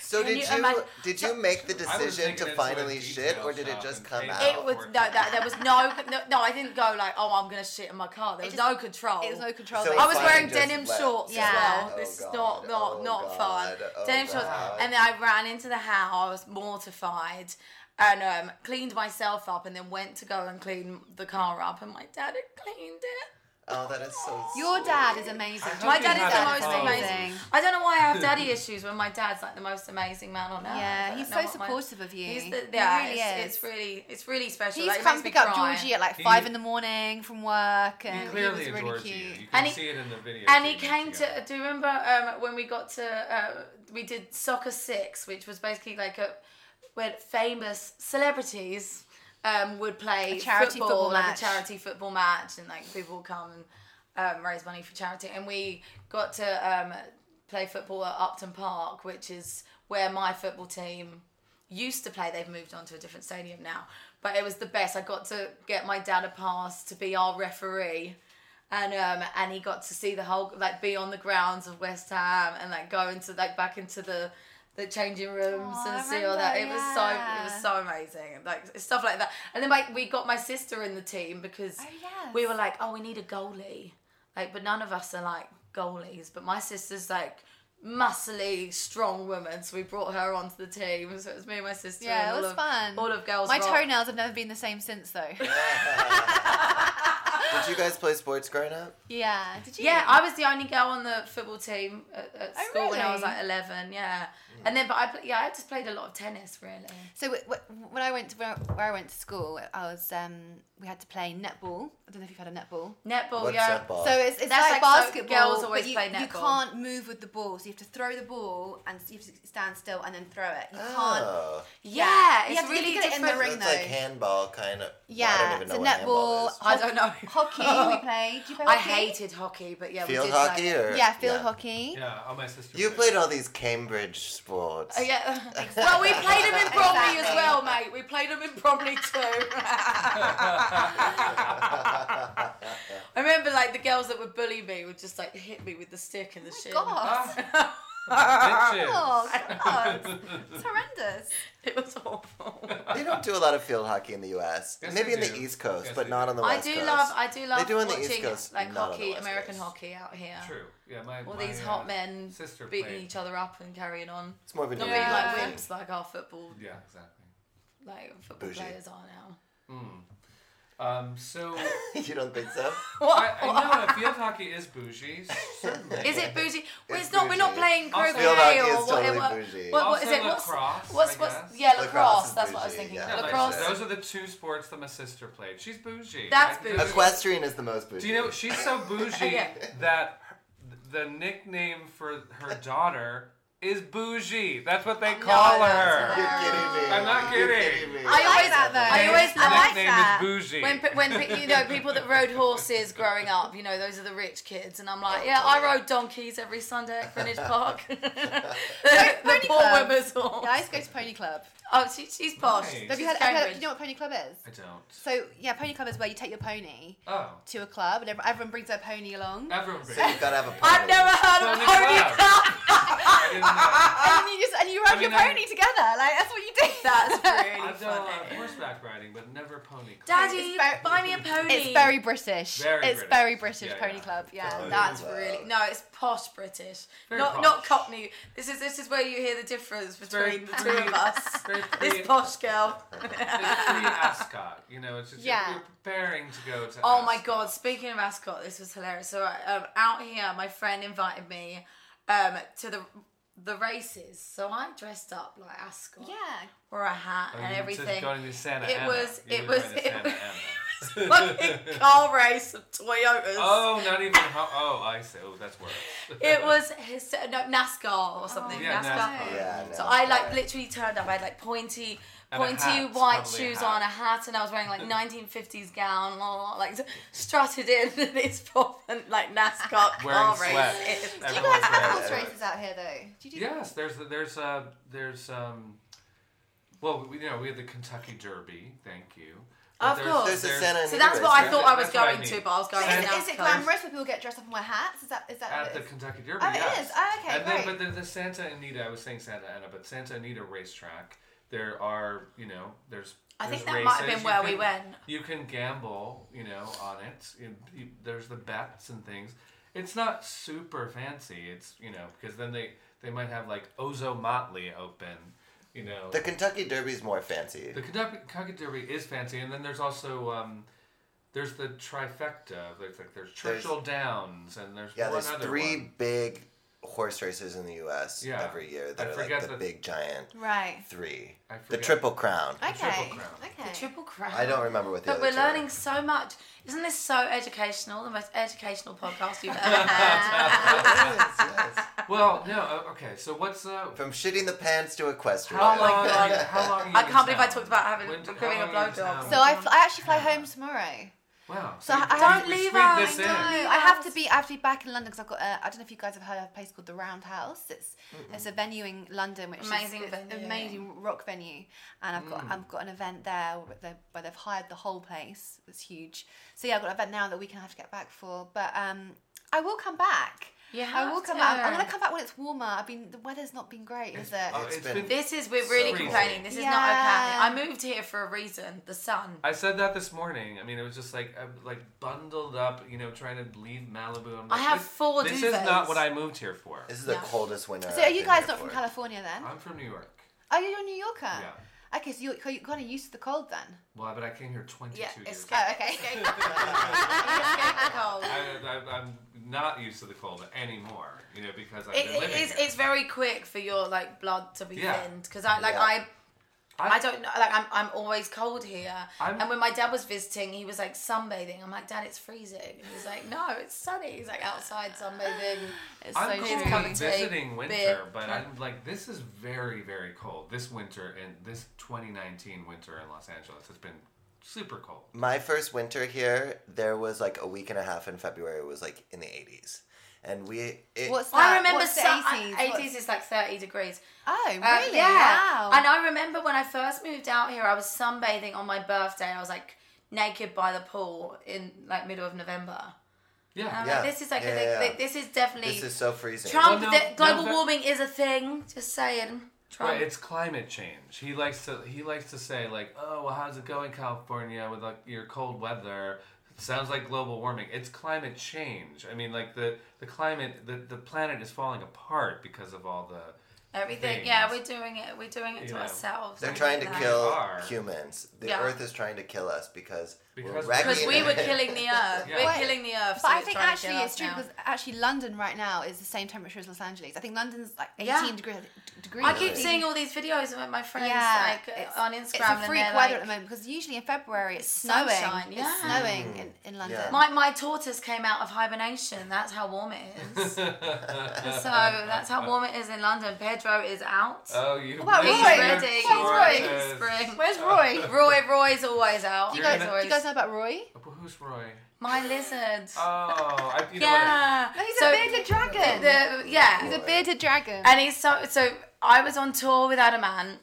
Speaker 6: So
Speaker 4: Can
Speaker 6: did
Speaker 4: you
Speaker 6: you,
Speaker 4: imagine-
Speaker 6: did you make the
Speaker 2: I was
Speaker 6: decision
Speaker 2: thinking
Speaker 6: to
Speaker 2: it's
Speaker 6: finally
Speaker 2: like
Speaker 6: shit,
Speaker 2: detail
Speaker 6: or did it
Speaker 2: shop
Speaker 6: just
Speaker 2: and
Speaker 6: come
Speaker 2: paint
Speaker 6: out?
Speaker 4: it was no, that, there was no, no, no. I didn't go like, oh, I'm gonna shit in my car. There was
Speaker 5: It
Speaker 4: no
Speaker 5: just-
Speaker 4: control.
Speaker 5: it was no control.
Speaker 6: So
Speaker 5: basically.
Speaker 4: I was
Speaker 6: Finally
Speaker 4: wearing
Speaker 6: just
Speaker 4: denim
Speaker 6: left.
Speaker 4: shorts
Speaker 5: Yeah.
Speaker 4: as well.
Speaker 6: Oh,
Speaker 4: this is
Speaker 6: God.
Speaker 4: not not
Speaker 6: Oh,
Speaker 4: not
Speaker 6: God.
Speaker 4: fun.
Speaker 6: Oh,
Speaker 4: denim shorts.
Speaker 6: God.
Speaker 4: And then I ran into the house, mortified, and um, cleaned myself up, and then went to go and clean the car up, and my dad had cleaned it.
Speaker 6: Oh, that is so.
Speaker 5: Your
Speaker 6: sweet.
Speaker 5: dad is amazing.
Speaker 2: hope
Speaker 4: My
Speaker 2: you
Speaker 4: dad
Speaker 2: had
Speaker 4: is the
Speaker 2: a
Speaker 4: most
Speaker 2: phone.
Speaker 4: amazing. I don't know why I have daddy issues when my dad's like the most amazing man on earth. I
Speaker 5: Yeah,
Speaker 4: don't
Speaker 5: he's
Speaker 4: know
Speaker 5: so
Speaker 4: what my-
Speaker 5: supportive of you.
Speaker 4: He's
Speaker 5: He
Speaker 4: the, yeah,
Speaker 5: really
Speaker 4: it's,
Speaker 5: is.
Speaker 4: it's really, it's really special.
Speaker 5: He's
Speaker 4: like, it
Speaker 5: come
Speaker 4: makes me
Speaker 5: pick up
Speaker 4: cry.
Speaker 5: Georgie at like
Speaker 2: He-
Speaker 5: five in the morning from work, and
Speaker 2: He
Speaker 5: he,
Speaker 2: clearly
Speaker 5: was really
Speaker 2: adored
Speaker 5: cute.
Speaker 2: you. You can
Speaker 4: And he-
Speaker 2: see it in the video.
Speaker 4: And he came to. Do you remember um, when we got to? Uh, we did Soccer Six, which was basically like a where famous celebrities um, would play
Speaker 5: A charity football
Speaker 4: like
Speaker 5: match.
Speaker 4: a charity football match, and like people would come and um, raise money for charity. And we got to um, play football at Upton Park, which is where my football team used to play. They've moved on to a different stadium now, but it was the best. I got to get my dad a pass to be our referee and um and he got to see the whole like be on the grounds of West Ham and like go into like back into the the changing rooms
Speaker 5: Aw, I
Speaker 4: and see all that. It
Speaker 5: remember,
Speaker 4: was so it
Speaker 5: yeah.
Speaker 4: was so amazing. Like stuff like that. And then like we got my sister in the team because
Speaker 5: Oh, yes.
Speaker 4: we were like, oh, we need a goalie. Like, but none of us are like goalies. But my sister's like muscly, strong woman, so we brought her onto the team. So it was me and my sister. and
Speaker 5: Yeah, it
Speaker 4: all
Speaker 5: was
Speaker 4: of,
Speaker 5: fun.
Speaker 4: All of girls.
Speaker 5: My
Speaker 4: Rock.
Speaker 5: toenails have never been the same since, though.
Speaker 6: Did you guys play sports growing up?
Speaker 5: yeah. Did you?
Speaker 4: Yeah, I was the only girl on the football team at, at
Speaker 5: Oh,
Speaker 4: school when I was
Speaker 5: really?
Speaker 4: like eleven.
Speaker 6: Mm.
Speaker 4: Yeah, and then but I pl- yeah I just played a lot of tennis really.
Speaker 5: So w- w- when I went to where, where I went to school, I was um, we had to play netball. I don't know if you've had a netball.
Speaker 4: Netball,
Speaker 6: What's
Speaker 4: yeah.
Speaker 6: that ball?
Speaker 5: So it's, it's
Speaker 4: That's
Speaker 5: like,
Speaker 4: like Oh, so
Speaker 5: basketball.
Speaker 4: girls always
Speaker 5: but you,
Speaker 4: play
Speaker 5: you
Speaker 4: netball.
Speaker 5: can't move with the ball, so you have to throw the ball and you have to stand still and then throw it. You can't.
Speaker 6: Oh,
Speaker 4: Yeah,
Speaker 5: You
Speaker 4: it's
Speaker 5: have to
Speaker 4: really
Speaker 5: get it in the
Speaker 4: different.
Speaker 6: so
Speaker 5: ring.
Speaker 6: it's
Speaker 5: though.
Speaker 6: like handball kind of. I
Speaker 5: Yeah,
Speaker 6: don't even
Speaker 5: so
Speaker 6: know what handball
Speaker 5: netball,
Speaker 6: is.
Speaker 4: I don't know.
Speaker 5: hockey. we played. Do you play
Speaker 4: I
Speaker 5: hockey?
Speaker 4: hated hockey, but yeah,
Speaker 6: Field
Speaker 4: we did play
Speaker 6: hockey
Speaker 4: it.
Speaker 6: or
Speaker 5: Yeah, field hockey.
Speaker 2: Yeah, oh my sister.
Speaker 6: You
Speaker 2: did.
Speaker 6: played all these Cambridge sports.
Speaker 4: Uh, yeah. well, we played him in Bromley as
Speaker 5: Exactly.
Speaker 4: well, mate.
Speaker 2: Ah,
Speaker 4: We played him in Bromley too. I remember like the girls that would bully me would just like hit me with the stick and the shit.
Speaker 5: God.
Speaker 2: Bitches.
Speaker 5: Oh, God. It's horrendous.
Speaker 4: It was awful.
Speaker 6: They don't do a lot of field hockey in the U.S.
Speaker 2: Yes,
Speaker 6: Maybe
Speaker 2: they
Speaker 6: in the
Speaker 2: do.
Speaker 6: East Coast,
Speaker 2: Yes,
Speaker 6: but
Speaker 2: they
Speaker 6: not
Speaker 2: do.
Speaker 6: on the
Speaker 4: I
Speaker 6: West
Speaker 4: do
Speaker 6: Coast.
Speaker 4: love I do love
Speaker 6: do on the East
Speaker 4: watching
Speaker 6: Coast,
Speaker 4: like
Speaker 6: not on the
Speaker 4: hockey,
Speaker 6: West
Speaker 4: American
Speaker 6: Coast.
Speaker 4: hockey out here.
Speaker 2: True. Yeah, my,
Speaker 4: All
Speaker 2: my,
Speaker 4: these
Speaker 2: uh,
Speaker 4: hot men
Speaker 2: sister
Speaker 4: beating
Speaker 2: played.
Speaker 4: each other up and carrying on.
Speaker 6: It's more of an
Speaker 4: Not
Speaker 6: Indian
Speaker 4: being
Speaker 5: Yeah.
Speaker 6: thing.
Speaker 4: like wimps like our football
Speaker 2: Yeah, exactly.
Speaker 4: like football
Speaker 6: Bougie.
Speaker 4: players are now.
Speaker 2: Um, so
Speaker 6: you don't think so?
Speaker 2: I, I know field hockey is bougie. Certainly.
Speaker 4: Is it bougie? Well,
Speaker 6: It's
Speaker 4: it's, not. We're not
Speaker 6: bougie.
Speaker 4: playing
Speaker 2: Also-
Speaker 4: croquet
Speaker 2: Field hockey
Speaker 4: or
Speaker 6: is totally
Speaker 4: whatever. What,
Speaker 6: bougie.
Speaker 4: what
Speaker 2: Also
Speaker 4: is it? What's
Speaker 2: lacrosse, I
Speaker 4: what's what's?
Speaker 2: guess.
Speaker 4: Yeah,
Speaker 6: Lacrosse
Speaker 4: lacrosse.
Speaker 6: is
Speaker 4: that's what I was
Speaker 6: bougie,
Speaker 4: thinking.
Speaker 6: yeah.
Speaker 2: Yeah, like,
Speaker 4: Lacrosse.
Speaker 6: Yeah.
Speaker 2: those are the two sports that my sister played. She's bougie.
Speaker 4: That's
Speaker 2: I-
Speaker 4: bougie.
Speaker 2: there's-
Speaker 6: Equestrian is the most bougie.
Speaker 2: Do you know she's so bougie
Speaker 4: Okay.
Speaker 2: that the nickname for her daughter is bougie. That's what they call
Speaker 5: that's
Speaker 2: her.
Speaker 5: not
Speaker 6: You're kidding me.
Speaker 2: I'm not
Speaker 6: You're
Speaker 2: kidding.
Speaker 6: kidding me.
Speaker 4: I
Speaker 5: like
Speaker 4: always
Speaker 5: that, though.
Speaker 4: I always
Speaker 2: His
Speaker 5: I
Speaker 4: loved
Speaker 5: like
Speaker 2: nickname
Speaker 5: that.
Speaker 2: is bougie.
Speaker 4: when pe- when pe- you know people that rode horses growing up, you know those are the rich kids, and I'm like,
Speaker 2: Oh,
Speaker 4: yeah, I rode donkeys every Sunday at Greenwich Park. the the
Speaker 5: Pony
Speaker 4: poor
Speaker 5: Club.
Speaker 4: women's horse.
Speaker 5: Yeah, I used to go to Pony Club.
Speaker 4: Oh, she, she's posh.
Speaker 2: Nice.
Speaker 5: Have
Speaker 4: She's
Speaker 5: you heard, have you heard-
Speaker 4: Cambridge.
Speaker 5: do you know what Pony Club is?
Speaker 2: I don't.
Speaker 5: So, yeah, Pony Club is where you take your pony
Speaker 2: Oh,
Speaker 5: to a club and ev- everyone brings their pony along.
Speaker 2: everyone brings.
Speaker 6: So you gotta have a pony.
Speaker 4: I've never heard of
Speaker 2: Pony
Speaker 4: a
Speaker 2: Club.
Speaker 4: pony club.
Speaker 2: I didn't know.
Speaker 5: and you just and you ride
Speaker 2: I mean,
Speaker 5: your
Speaker 2: I-
Speaker 5: pony together. Like that's what you do.
Speaker 4: That's really
Speaker 2: I've done a lot of
Speaker 4: funny.
Speaker 2: horseback riding, but never pony club.
Speaker 4: Daddy,
Speaker 5: It's very-
Speaker 4: buy me a pony.
Speaker 5: It's very British.
Speaker 2: Very
Speaker 5: it's
Speaker 2: British.
Speaker 5: very British
Speaker 2: Yeah,
Speaker 5: Pony
Speaker 2: yeah.
Speaker 5: Club. Yeah.
Speaker 6: Totally.
Speaker 5: That-
Speaker 4: That's really no. It's posh British,
Speaker 2: Very
Speaker 4: not
Speaker 2: posh.
Speaker 4: not Cockney. This is this is where you hear the difference
Speaker 2: very
Speaker 4: between the two of us.
Speaker 2: Very pre,
Speaker 4: This posh girl.
Speaker 2: it's pre-Ascot, you know. It's just you're-
Speaker 5: Yeah.
Speaker 2: you're, preparing to go to.
Speaker 4: Oh my
Speaker 2: Ascot.
Speaker 4: god! Speaking of Ascot, this was hilarious. So um, out here, my friend invited me um, to the the races. So I dressed up like Ascot,
Speaker 5: yeah.
Speaker 4: wore a hat
Speaker 2: Oh, you
Speaker 4: and
Speaker 2: were just
Speaker 4: everything.
Speaker 2: Going to Santa
Speaker 4: It
Speaker 2: Ana.
Speaker 4: was-
Speaker 2: You
Speaker 4: it
Speaker 2: were
Speaker 4: was-
Speaker 2: going to
Speaker 4: it
Speaker 2: Santa
Speaker 4: was-
Speaker 2: Ana.
Speaker 4: Fucking car race of Toyotas.
Speaker 2: Oh, not even how. Oh, I see. Oh, that's worse.
Speaker 4: It was his, no, NASCAR or something.
Speaker 2: yeah,
Speaker 4: NASCAR.
Speaker 2: NASCAR.
Speaker 6: Yeah,
Speaker 4: So
Speaker 6: no,
Speaker 4: I
Speaker 6: okay.
Speaker 4: like literally turned up. I had like pointy,
Speaker 2: And a
Speaker 4: pointy
Speaker 2: hat,
Speaker 4: white
Speaker 2: probably a
Speaker 4: shoes
Speaker 2: hat.
Speaker 4: on, a hat, and I was wearing like 1950s gown, la, la, la, like strutted in this proper like NASCAR
Speaker 2: Wearing
Speaker 4: car
Speaker 2: sweats.
Speaker 4: race.
Speaker 5: Do you
Speaker 2: Everyone's
Speaker 5: guys have
Speaker 2: wearing
Speaker 5: horse
Speaker 6: sweats.
Speaker 5: races out here though? Do you do
Speaker 2: Yes, there's there's uh there's um. Well, we, you know, we had the Kentucky Derby. Thank you. But
Speaker 4: Of
Speaker 2: there's-
Speaker 4: course.
Speaker 6: There's a Santa
Speaker 4: So
Speaker 6: Anita
Speaker 4: that's what I
Speaker 6: race.
Speaker 4: thought I was
Speaker 2: That's what I
Speaker 4: going to,
Speaker 2: mean.
Speaker 4: but I was going
Speaker 5: Is,
Speaker 4: to
Speaker 5: it- is it
Speaker 4: NASCAR.
Speaker 5: glamorous when people get dressed up and wear hats? Is that is that
Speaker 2: At
Speaker 5: what
Speaker 2: the
Speaker 5: it is?
Speaker 2: Kentucky Derby.
Speaker 5: Oh, it
Speaker 2: yes.
Speaker 5: is? Oh, okay,
Speaker 2: And then,
Speaker 5: great.
Speaker 2: but the, the Santa Anita. I was saying Santa Ana, but Santa Anita racetrack. There are, you know, there's.
Speaker 4: I
Speaker 2: there's
Speaker 4: think that might have
Speaker 2: races.
Speaker 4: been
Speaker 2: You
Speaker 4: where we
Speaker 2: can-
Speaker 4: went.
Speaker 2: You can gamble, you know, on it. You- you- there's the bets and things. It's not super fancy. It's you know because then they they might have like Ozo Motley open, you know.
Speaker 6: The Kentucky Derby's more fancy.
Speaker 2: The Kentucky, Kentucky Derby is fancy, and then there's also um, there's the trifecta. There's like there's Churchill Downs, and there's
Speaker 6: Yeah,
Speaker 2: one
Speaker 6: there's
Speaker 2: other
Speaker 6: three
Speaker 2: one.
Speaker 6: big horse races in the U.S.
Speaker 2: Yeah.
Speaker 6: every year
Speaker 2: I
Speaker 6: that are like
Speaker 2: forget
Speaker 6: the,
Speaker 2: the-
Speaker 6: big giant
Speaker 5: Right.
Speaker 6: three.
Speaker 2: I
Speaker 6: The
Speaker 2: forget.
Speaker 6: Triple Crown.
Speaker 5: Okay.
Speaker 2: Triple Crown.
Speaker 5: Okay.
Speaker 4: Triple crown.
Speaker 6: I don't remember what the
Speaker 4: But
Speaker 6: other
Speaker 4: we're
Speaker 6: two are.
Speaker 4: learning so much. Isn't this so educational? The most educational podcast you've ever had.
Speaker 6: Yes, yes.
Speaker 2: Well, no, uh, okay. So what's uh,
Speaker 6: From shitting the pants to equestrian.
Speaker 2: how long? How long? Are you
Speaker 4: I
Speaker 2: in
Speaker 4: can't believe I
Speaker 2: town?
Speaker 4: talked about having-
Speaker 2: When do- how
Speaker 4: giving a
Speaker 2: long are you in
Speaker 4: blowjob.
Speaker 2: town?
Speaker 5: So I, fl- I actually fly home tomorrow.
Speaker 2: wow.
Speaker 5: So I- I
Speaker 2: you-
Speaker 5: don't
Speaker 2: we
Speaker 4: leave
Speaker 2: squeak
Speaker 4: out,
Speaker 2: this
Speaker 4: I
Speaker 2: in.
Speaker 4: know.
Speaker 5: I have to be. I have to be back in London because I've got. Uh, I don't know if you guys have heard of a place called the Roundhouse. It's it's a venue in London, which
Speaker 4: Amazing
Speaker 5: is it's
Speaker 4: venue.
Speaker 5: amazing rock venue. And I've got
Speaker 2: Mm.
Speaker 5: I've got an event there where, they, where they've hired the whole place. It's huge. So yeah, I've got an event now that we can have to get back for. But um, I will come back.
Speaker 4: You
Speaker 5: I will
Speaker 4: have
Speaker 5: come back. I'm
Speaker 4: to.
Speaker 5: gonna come back when it's warmer. I've been the weather's not been great, is it?
Speaker 2: Oh,
Speaker 6: It's
Speaker 2: it's
Speaker 6: been-
Speaker 2: been
Speaker 4: This is we're really
Speaker 2: Freezing.
Speaker 4: complaining. This is
Speaker 5: Yeah.
Speaker 4: not okay. I moved here for a reason. The sun.
Speaker 2: I said that this morning. I mean, it was just like I'm like bundled up, you know, trying to leave Malibu. I'm
Speaker 4: I
Speaker 2: like,
Speaker 4: have
Speaker 2: this,
Speaker 4: four
Speaker 2: This is
Speaker 4: duvets.
Speaker 2: not what I moved here for.
Speaker 6: This is the
Speaker 4: Yeah.
Speaker 6: coldest winter.
Speaker 5: so are
Speaker 6: I've
Speaker 5: you
Speaker 6: been
Speaker 5: guys
Speaker 6: here
Speaker 5: not from
Speaker 6: for.
Speaker 5: California then?
Speaker 2: I'm from New York.
Speaker 5: Are you a New Yorker?
Speaker 2: Yeah.
Speaker 5: Okay, so you're, you're kind of used to the cold then.
Speaker 2: Well, but I came here 22
Speaker 4: Yeah,
Speaker 2: years.
Speaker 4: it's
Speaker 2: ago.
Speaker 5: Oh, okay.
Speaker 4: cold.
Speaker 2: I, I, I'm not used to the cold anymore, you know, because I've
Speaker 4: It,
Speaker 2: been
Speaker 4: it
Speaker 2: living
Speaker 4: is.
Speaker 2: here.
Speaker 4: It's very quick for your like blood to be
Speaker 2: Yeah.
Speaker 4: thinned because I like
Speaker 6: Yeah.
Speaker 4: I.
Speaker 2: I-
Speaker 4: I don't know. Like I'm, I'm always cold here.
Speaker 2: I'm-
Speaker 4: and when my dad was visiting, he was like sunbathing. I'm like, Dad, it's freezing. And he's like, No, it's sunny. He's like outside sunbathing. It's
Speaker 2: I'm
Speaker 4: so
Speaker 2: cool
Speaker 4: true.
Speaker 2: with visiting winter,
Speaker 4: beer.
Speaker 2: but I'm like, this is very, very cold. This winter and this 2019 winter in Los Angeles has been super cold.
Speaker 6: My first winter here, there was like a week and a half in February. It was like in the 80s, and we. It,
Speaker 5: What's that?
Speaker 4: I remember
Speaker 5: What's the
Speaker 4: sun-
Speaker 5: 80s? What's-
Speaker 4: 80s is like 30 degrees.
Speaker 5: Oh,
Speaker 4: Uh,
Speaker 5: really?
Speaker 4: Yeah.
Speaker 5: Wow.
Speaker 4: And I remember when I first moved out here, I was sunbathing on my birthday. I was like naked by the pool in like middle of November.
Speaker 2: Yeah.
Speaker 4: And I'm
Speaker 6: Yeah.
Speaker 4: like, this is like a
Speaker 6: Yeah,
Speaker 4: thing-
Speaker 6: yeah, yeah.
Speaker 4: like, this is definitely
Speaker 6: This is so freezing.
Speaker 4: Trump.
Speaker 2: Well, no-
Speaker 4: the- global
Speaker 2: no, but-
Speaker 4: warming is a thing. Just saying. Trump.
Speaker 2: Right, it's climate change. He likes to he likes to say like, oh, well, how's it going, California, with like your cold weather? sounds like global warming. It's climate change. I mean, like the the climate, the the planet is falling apart because of all the
Speaker 4: Everything.
Speaker 2: things.
Speaker 4: Yeah, we're doing it. We're doing it to
Speaker 2: Yeah.
Speaker 4: ourselves.
Speaker 6: They're trying to
Speaker 4: Like that.
Speaker 6: kill
Speaker 2: are.
Speaker 6: humans. The
Speaker 4: Yeah.
Speaker 6: Earth is trying to kill us because,
Speaker 2: Because-
Speaker 6: we're wrecking
Speaker 4: Because we were
Speaker 6: it.
Speaker 4: killing the earth.
Speaker 2: Yeah.
Speaker 4: We're
Speaker 5: But-
Speaker 4: killing the earth. so
Speaker 5: But I
Speaker 4: it's
Speaker 5: think
Speaker 4: trying to
Speaker 5: actually
Speaker 4: kill
Speaker 5: it's
Speaker 4: us
Speaker 5: true
Speaker 4: now.
Speaker 5: because actually London right now is the same temperature as Los Angeles. I think London's like 18
Speaker 4: Yeah.
Speaker 5: degrees. degrees.
Speaker 4: I keep seeing all these videos of my friends
Speaker 5: Yeah,
Speaker 4: like uh,
Speaker 5: it's-
Speaker 4: on Instagram.
Speaker 5: It's a
Speaker 4: and
Speaker 5: freak
Speaker 4: they're
Speaker 5: weather
Speaker 4: like,
Speaker 5: at the moment because usually in February it's snowing.
Speaker 4: sunshine, yeah.
Speaker 5: It's snowing in, in London.
Speaker 6: Yeah.
Speaker 4: My, my tortoise came out of hibernation. That's how warm it is. so that's how warm it is in London. Pedro is out.
Speaker 2: Oh, you.
Speaker 5: Well,
Speaker 2: missed
Speaker 4: He's
Speaker 5: Roy.
Speaker 2: your
Speaker 4: ready. He's
Speaker 5: Where's
Speaker 4: ready
Speaker 2: tortoise.
Speaker 4: for spring.
Speaker 5: Where's Roy?
Speaker 4: Roy, Roy's always out.
Speaker 5: do, you
Speaker 2: You're
Speaker 5: guys,
Speaker 2: gonna-
Speaker 4: He's
Speaker 5: do
Speaker 4: always-
Speaker 5: you guys know about Roy?
Speaker 2: But Who's Roy?
Speaker 4: My lizard.
Speaker 2: Oh, I, you know what?
Speaker 4: yeah.
Speaker 5: No, he's
Speaker 4: So-
Speaker 5: a bearded dragon.
Speaker 4: The, yeah.
Speaker 5: he's a bearded dragon.
Speaker 4: and he's so so I was on tour with Adamant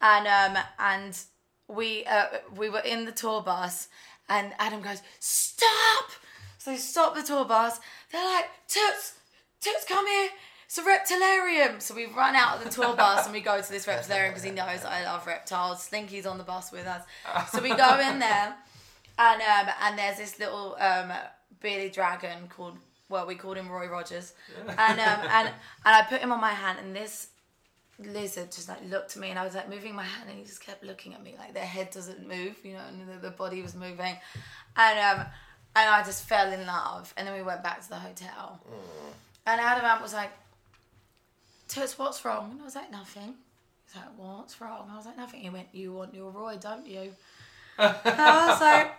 Speaker 4: and um and we uh, we were in the tour bus and Adam goes stop so they stop the tour bus they're like Toots Toots come here it's a reptilarium so we run out of the tour bus and we go to this reptilarium because he knows I love reptiles Slinky's on the bus with us so we go in there and um and there's this little um bearded dragon called well we called him Roy Rogers and um and and I put him on my hand and this lizard just like looked at me and I was like moving my hand and he just kept looking at me like their head doesn't move you know and the, the body was moving and um and I just fell in love and then we went back to the hotel
Speaker 2: Mm.
Speaker 4: and Adamant was like Toots what's wrong and I was like nothing he's like what's wrong I was like nothing he went you want your Roy don't you and I was like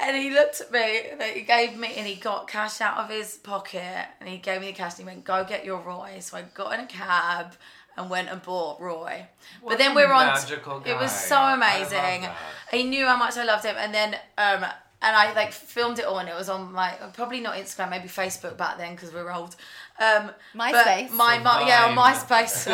Speaker 4: and he looked at me and he gave me and he got cash out of his pocket and he gave me the cash and he went, Go get your Roy. So I got in a cab and went and bought Roy. but then
Speaker 2: a
Speaker 4: we were on
Speaker 2: magical
Speaker 4: it was
Speaker 2: guy.
Speaker 4: so
Speaker 2: I love
Speaker 4: amazing.
Speaker 2: that.
Speaker 4: He knew how much I loved him, and then um, and I like filmed it all, and it was on my probably not Instagram, maybe Facebook back then because we were old. Um, but
Speaker 5: MySpace.
Speaker 4: My mum, yeah, on
Speaker 2: Vine.
Speaker 4: MySpace.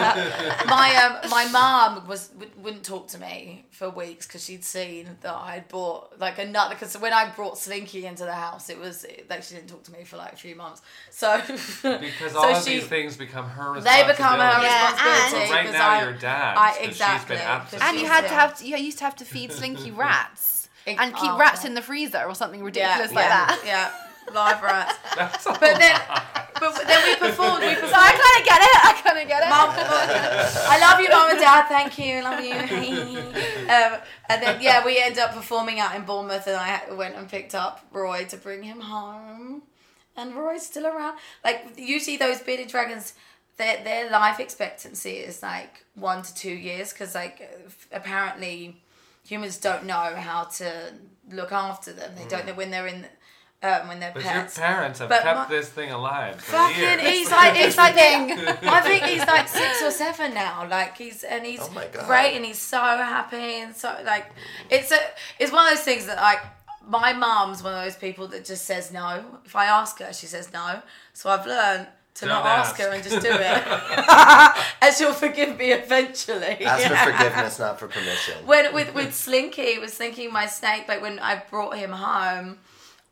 Speaker 4: my um, my mum was w- wouldn't talk to me for weeks because she'd seen that I'd bought like another. Because when I brought Slinky into the house, it was like she didn't talk to me for like a few months. So
Speaker 2: Because
Speaker 4: so
Speaker 2: all of
Speaker 4: she-
Speaker 2: these things become her
Speaker 4: they
Speaker 2: responsibility.
Speaker 4: become her
Speaker 5: Yeah,
Speaker 4: responsibility.
Speaker 5: and-
Speaker 2: So right
Speaker 4: because
Speaker 2: now,
Speaker 4: I-
Speaker 2: your dad.
Speaker 4: I-
Speaker 2: She's
Speaker 4: exactly,
Speaker 2: been absent.
Speaker 4: 'cause
Speaker 5: And you
Speaker 4: She's
Speaker 5: had to
Speaker 4: there.
Speaker 5: have to, you used to have to feed Slinky rats
Speaker 4: It-
Speaker 5: and keep
Speaker 4: oh,
Speaker 5: rats
Speaker 4: God.
Speaker 5: in the freezer or something ridiculous like
Speaker 4: yeah,
Speaker 5: that.
Speaker 4: Yeah, live rats.
Speaker 2: That's a
Speaker 4: But then,
Speaker 2: lot.
Speaker 4: but then we performed. We
Speaker 5: So I
Speaker 4: performed.
Speaker 5: kind of get it. I kind of get it.
Speaker 4: Mum, I love you, mum and dad. Thank you. Love you. um, and then yeah, we end up performing out in Bournemouth, and I went and picked up Roy to bring him home. And Roy's still around. Like usually those bearded dragons, their their life expectancy is like one to two years because like apparently humans don't know how to look after them. They don't know when they're in. Um, when they're
Speaker 2: But your
Speaker 4: pets.
Speaker 2: parents have
Speaker 4: But
Speaker 2: kept
Speaker 4: my-
Speaker 2: this thing alive for
Speaker 4: Fucking,
Speaker 2: years.
Speaker 4: e- he's like, he's like, I think he's like six or seven now. Like he's and he's
Speaker 6: Oh my God.
Speaker 4: great, and he's so happy and so like, it's a, it's one of those things that like, my mum's one of those people that just says no. If I ask her, she says no. So I've learned to
Speaker 2: Don't
Speaker 4: not ask.
Speaker 2: ask.
Speaker 4: her and just do it, and she'll forgive me eventually.
Speaker 6: Ask
Speaker 4: Yeah.
Speaker 6: for forgiveness, not for permission.
Speaker 4: When with with Slinky, with Slinky my snake, like when I brought him home,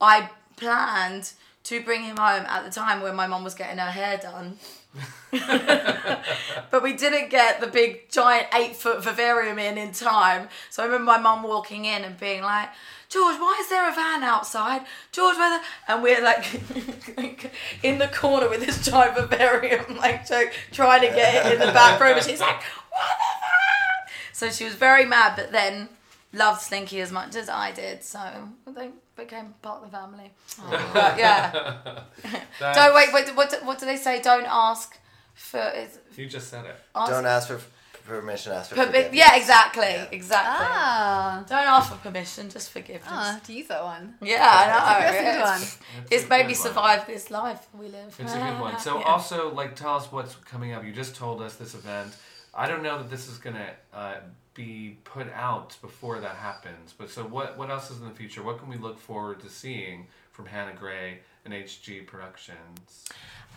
Speaker 4: I planned to bring him home at the time when my mum was getting her hair done. but we didn't get the big giant eight foot vivarium in in time. So I remember my mum walking in and being like, George, why is there a van outside? George, where the-" And we're like in the corner with this giant vivarium, like so trying to get it in the back room. And she's like, what the fuck? So she was very mad, but then loved Slinky as much as I did. So they became part of the family. But yeah.
Speaker 2: That's-
Speaker 4: Don't wait. What, what, do- what do they say? Don't ask for. Is,
Speaker 2: You just said it.
Speaker 4: ask,
Speaker 6: Don't ask for f- permission, ask for
Speaker 4: permi-
Speaker 6: forgiveness.
Speaker 4: yeah, exactly, exactly.
Speaker 5: Ah,
Speaker 4: Don't ask for permission, just forgiveness.
Speaker 5: Ah, I have to use that one.
Speaker 4: yeah,
Speaker 5: That's
Speaker 4: I
Speaker 5: a
Speaker 4: know.
Speaker 5: good one.
Speaker 4: It's,
Speaker 2: That's a
Speaker 4: it's made me
Speaker 2: good one.
Speaker 4: survive this life we live.
Speaker 2: It's a good one. So
Speaker 4: Yeah.
Speaker 2: also, like, tell us what's coming up. You just told us this event. I don't know that this is gonna uh, be put out before that happens. But so, what what else is in the future? What can we look forward to seeing from Hannah Gray and HG Productions?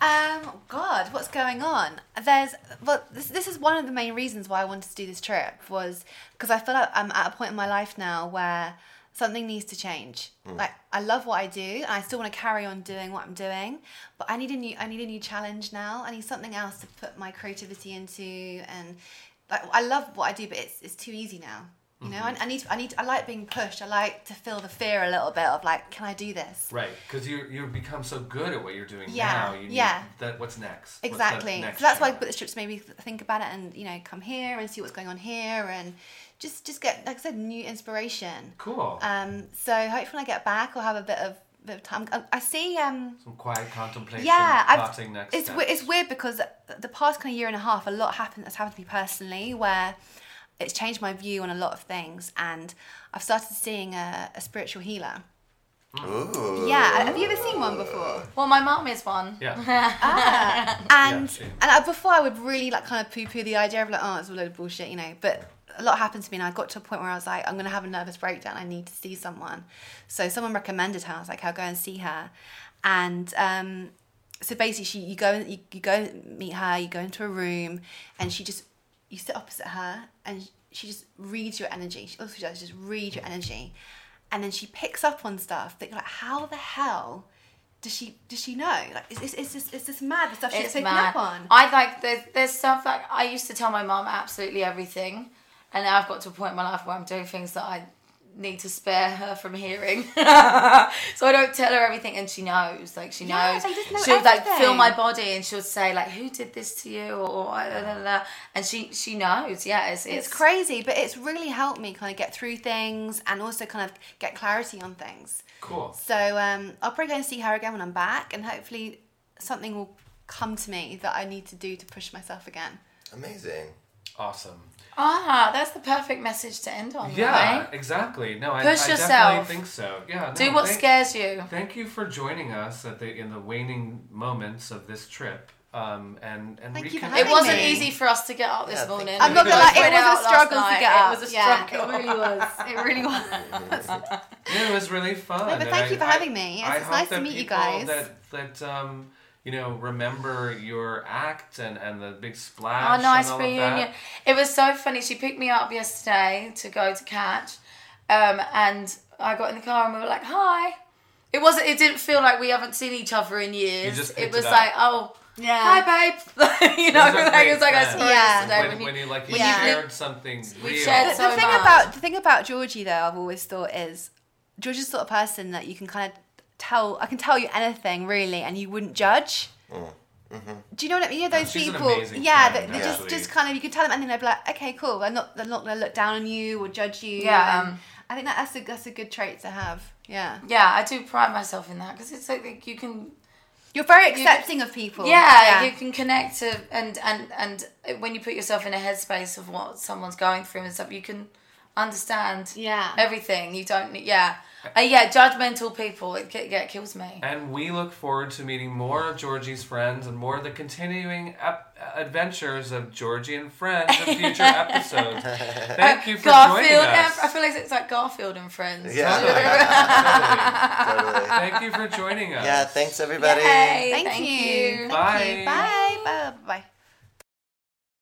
Speaker 5: Um, God, what's going on? There's, well, this, this is one of the main reasons why I wanted to do this trip was because I feel like I'm at a point in my life now where something needs to change. Like I love what I do, and I still want to carry on doing what I'm doing, but I need a new I need a new challenge now. I need something else to put my creativity into, and like I love what I do, but it's it's too easy now. You know, I, I need I need I like being pushed. I like to feel the fear a little bit of like, can I do this?
Speaker 2: Right, because you you become so good at what you're doing
Speaker 5: Yeah,
Speaker 2: now. You need
Speaker 5: yeah.
Speaker 2: That what's next? What's the
Speaker 5: Exactly.
Speaker 2: next
Speaker 5: so that's why I
Speaker 2: challenge?
Speaker 5: put the strips made me th- think about it and you know come here and see what's going on here and just just get like I said new inspiration.
Speaker 2: Cool.
Speaker 5: Um, so hopefully when I get back I'll have a bit of, bit of time. I, I see. Um,
Speaker 2: Some quiet contemplation.
Speaker 5: yeah, I've,
Speaker 2: plotting next.
Speaker 5: it's we-
Speaker 2: steps.
Speaker 5: it's weird because the past kind of year and a half, a lot happened that's happened to me personally where it's changed my view on a lot of things and I've started seeing a, a spiritual healer.
Speaker 6: Ooh.
Speaker 5: Yeah, have you ever seen one before?
Speaker 4: Well, my mum is one.
Speaker 2: Yeah.
Speaker 5: and
Speaker 2: same.
Speaker 5: and I, before I would really like kind of poo poo the idea of like oh it's all a load of bullshit you know but a lot happened to me and I got to a point where I was like I'm gonna have a nervous breakdown I need to see someone so someone recommended her I was like I'll go and see her and um, so basically she you go and- you, you go meet her you go into a room and she just you sit opposite her and she just reads your energy she also does just read your energy and then she picks up on stuff that you're like how the hell does she does she know like is, is, is this is this mad the stuff she's
Speaker 4: It's
Speaker 5: picking
Speaker 4: mad.
Speaker 5: up on
Speaker 4: I like there's, there's stuff like I used to tell my mum absolutely everything, and now I've got to a point in my life where I'm doing things that I need to spare her from hearing. so I don't tell her everything, and she knows. Like she
Speaker 5: Yeah,
Speaker 4: knows.
Speaker 5: they just know
Speaker 4: she'll like feel
Speaker 5: everything.
Speaker 4: my body, and she'll say like, "Who did this to you?" or "I don't know," and she she knows. Yeah, it's
Speaker 5: it's crazy but it's really helped me kind of get through things and also kind of get clarity on things
Speaker 2: Cool.
Speaker 5: so um, i'll probably go and see her again when i'm back and hopefully something will come to me that i need to do to push myself again
Speaker 6: Amazing.
Speaker 2: Awesome.
Speaker 4: Ah, that's the perfect message to end on.
Speaker 2: Yeah.
Speaker 4: Right?
Speaker 2: Exactly. No, I,
Speaker 4: Push
Speaker 2: I
Speaker 4: yourself.
Speaker 2: definitely think so. Yeah. no,
Speaker 4: Do what
Speaker 2: thank-
Speaker 4: scares you.
Speaker 2: Thank you for joining us at the in the waning moments of this trip. Um, and and
Speaker 5: Thank you for
Speaker 2: reconnecting.
Speaker 5: having
Speaker 4: It wasn't
Speaker 5: me.
Speaker 4: easy for us to get up this
Speaker 6: Yeah,
Speaker 4: morning.
Speaker 6: thank
Speaker 5: I'm not
Speaker 4: We
Speaker 5: gonna
Speaker 4: both
Speaker 5: lie, it
Speaker 4: went
Speaker 5: was a
Speaker 4: out last
Speaker 5: struggle to
Speaker 4: night.
Speaker 5: get up.
Speaker 4: It was a
Speaker 5: Yeah,
Speaker 4: struggle.
Speaker 5: it really was. It really was.
Speaker 2: Yeah, it was really fun.
Speaker 5: No, but
Speaker 2: and
Speaker 5: thank
Speaker 2: I-
Speaker 5: you for
Speaker 2: I-
Speaker 5: having me. It's-
Speaker 2: I
Speaker 5: it's
Speaker 2: hope
Speaker 5: nice to
Speaker 2: that
Speaker 5: meet you
Speaker 2: people
Speaker 5: guys.
Speaker 2: That that um, you know, remember your act and and the big splash.
Speaker 4: Oh,
Speaker 2: and
Speaker 4: nice
Speaker 2: all of
Speaker 4: reunion.
Speaker 2: that.
Speaker 4: It was so funny. She picked me up yesterday to go to catch, um, and I got in the car and we were like, "Hi." It wasn't. It didn't feel like we haven't seen each other in years.
Speaker 2: just
Speaker 4: it
Speaker 2: picked
Speaker 4: was
Speaker 2: it up.
Speaker 4: like, "Oh, hi,
Speaker 5: Yeah.
Speaker 4: babe." you know,
Speaker 2: Those are
Speaker 4: like it was
Speaker 2: great
Speaker 4: like I
Speaker 2: friends.
Speaker 4: saw
Speaker 5: Yeah.
Speaker 4: you yesterday.
Speaker 2: When, when you like you
Speaker 5: when you-
Speaker 2: shared something
Speaker 4: We
Speaker 2: real.
Speaker 4: shared
Speaker 5: But
Speaker 4: so
Speaker 5: the thing
Speaker 4: much.
Speaker 5: about the thing about Georgie though, I've always thought is Georgie's the sort of person that you can kind of tell. I can tell you anything really, and you wouldn't judge.
Speaker 4: Mm, mm-hmm.
Speaker 5: Do you know what I mean? You know those
Speaker 2: she's an
Speaker 5: people,
Speaker 2: amazing
Speaker 5: yeah,
Speaker 2: friend,
Speaker 5: that, that just
Speaker 2: actually.
Speaker 5: just kind of you can tell them, and then they'd be like, okay, cool. They're not they're not gonna look down on you or judge you.
Speaker 4: Yeah,
Speaker 5: and
Speaker 4: um,
Speaker 5: I think that, that's a that's a good trait to have. Yeah,
Speaker 4: yeah, I do pride myself in that because it's like that you can
Speaker 5: you're very
Speaker 4: can-
Speaker 5: accepting of people.
Speaker 4: yeah, you can connect to and and and when you put yourself in a headspace of what someone's going through and stuff you can understand
Speaker 5: Yeah.
Speaker 4: everything you don't need yeah uh, yeah judgmental people it, ki- yeah, it kills me
Speaker 2: And we look forward to meeting more of Georgie's friends and more of the continuing ep- adventures of Georgie and friends in future episodes. Thank you for joining
Speaker 4: garfield
Speaker 2: us.
Speaker 4: i feel like it's like garfield and friends
Speaker 6: Yeah.
Speaker 2: Totally.
Speaker 6: totally.
Speaker 2: Thank you for joining us.
Speaker 6: Yeah, thanks everybody.
Speaker 4: Yay,
Speaker 5: Thank, you. Thank you.
Speaker 2: Bye.
Speaker 5: Bye.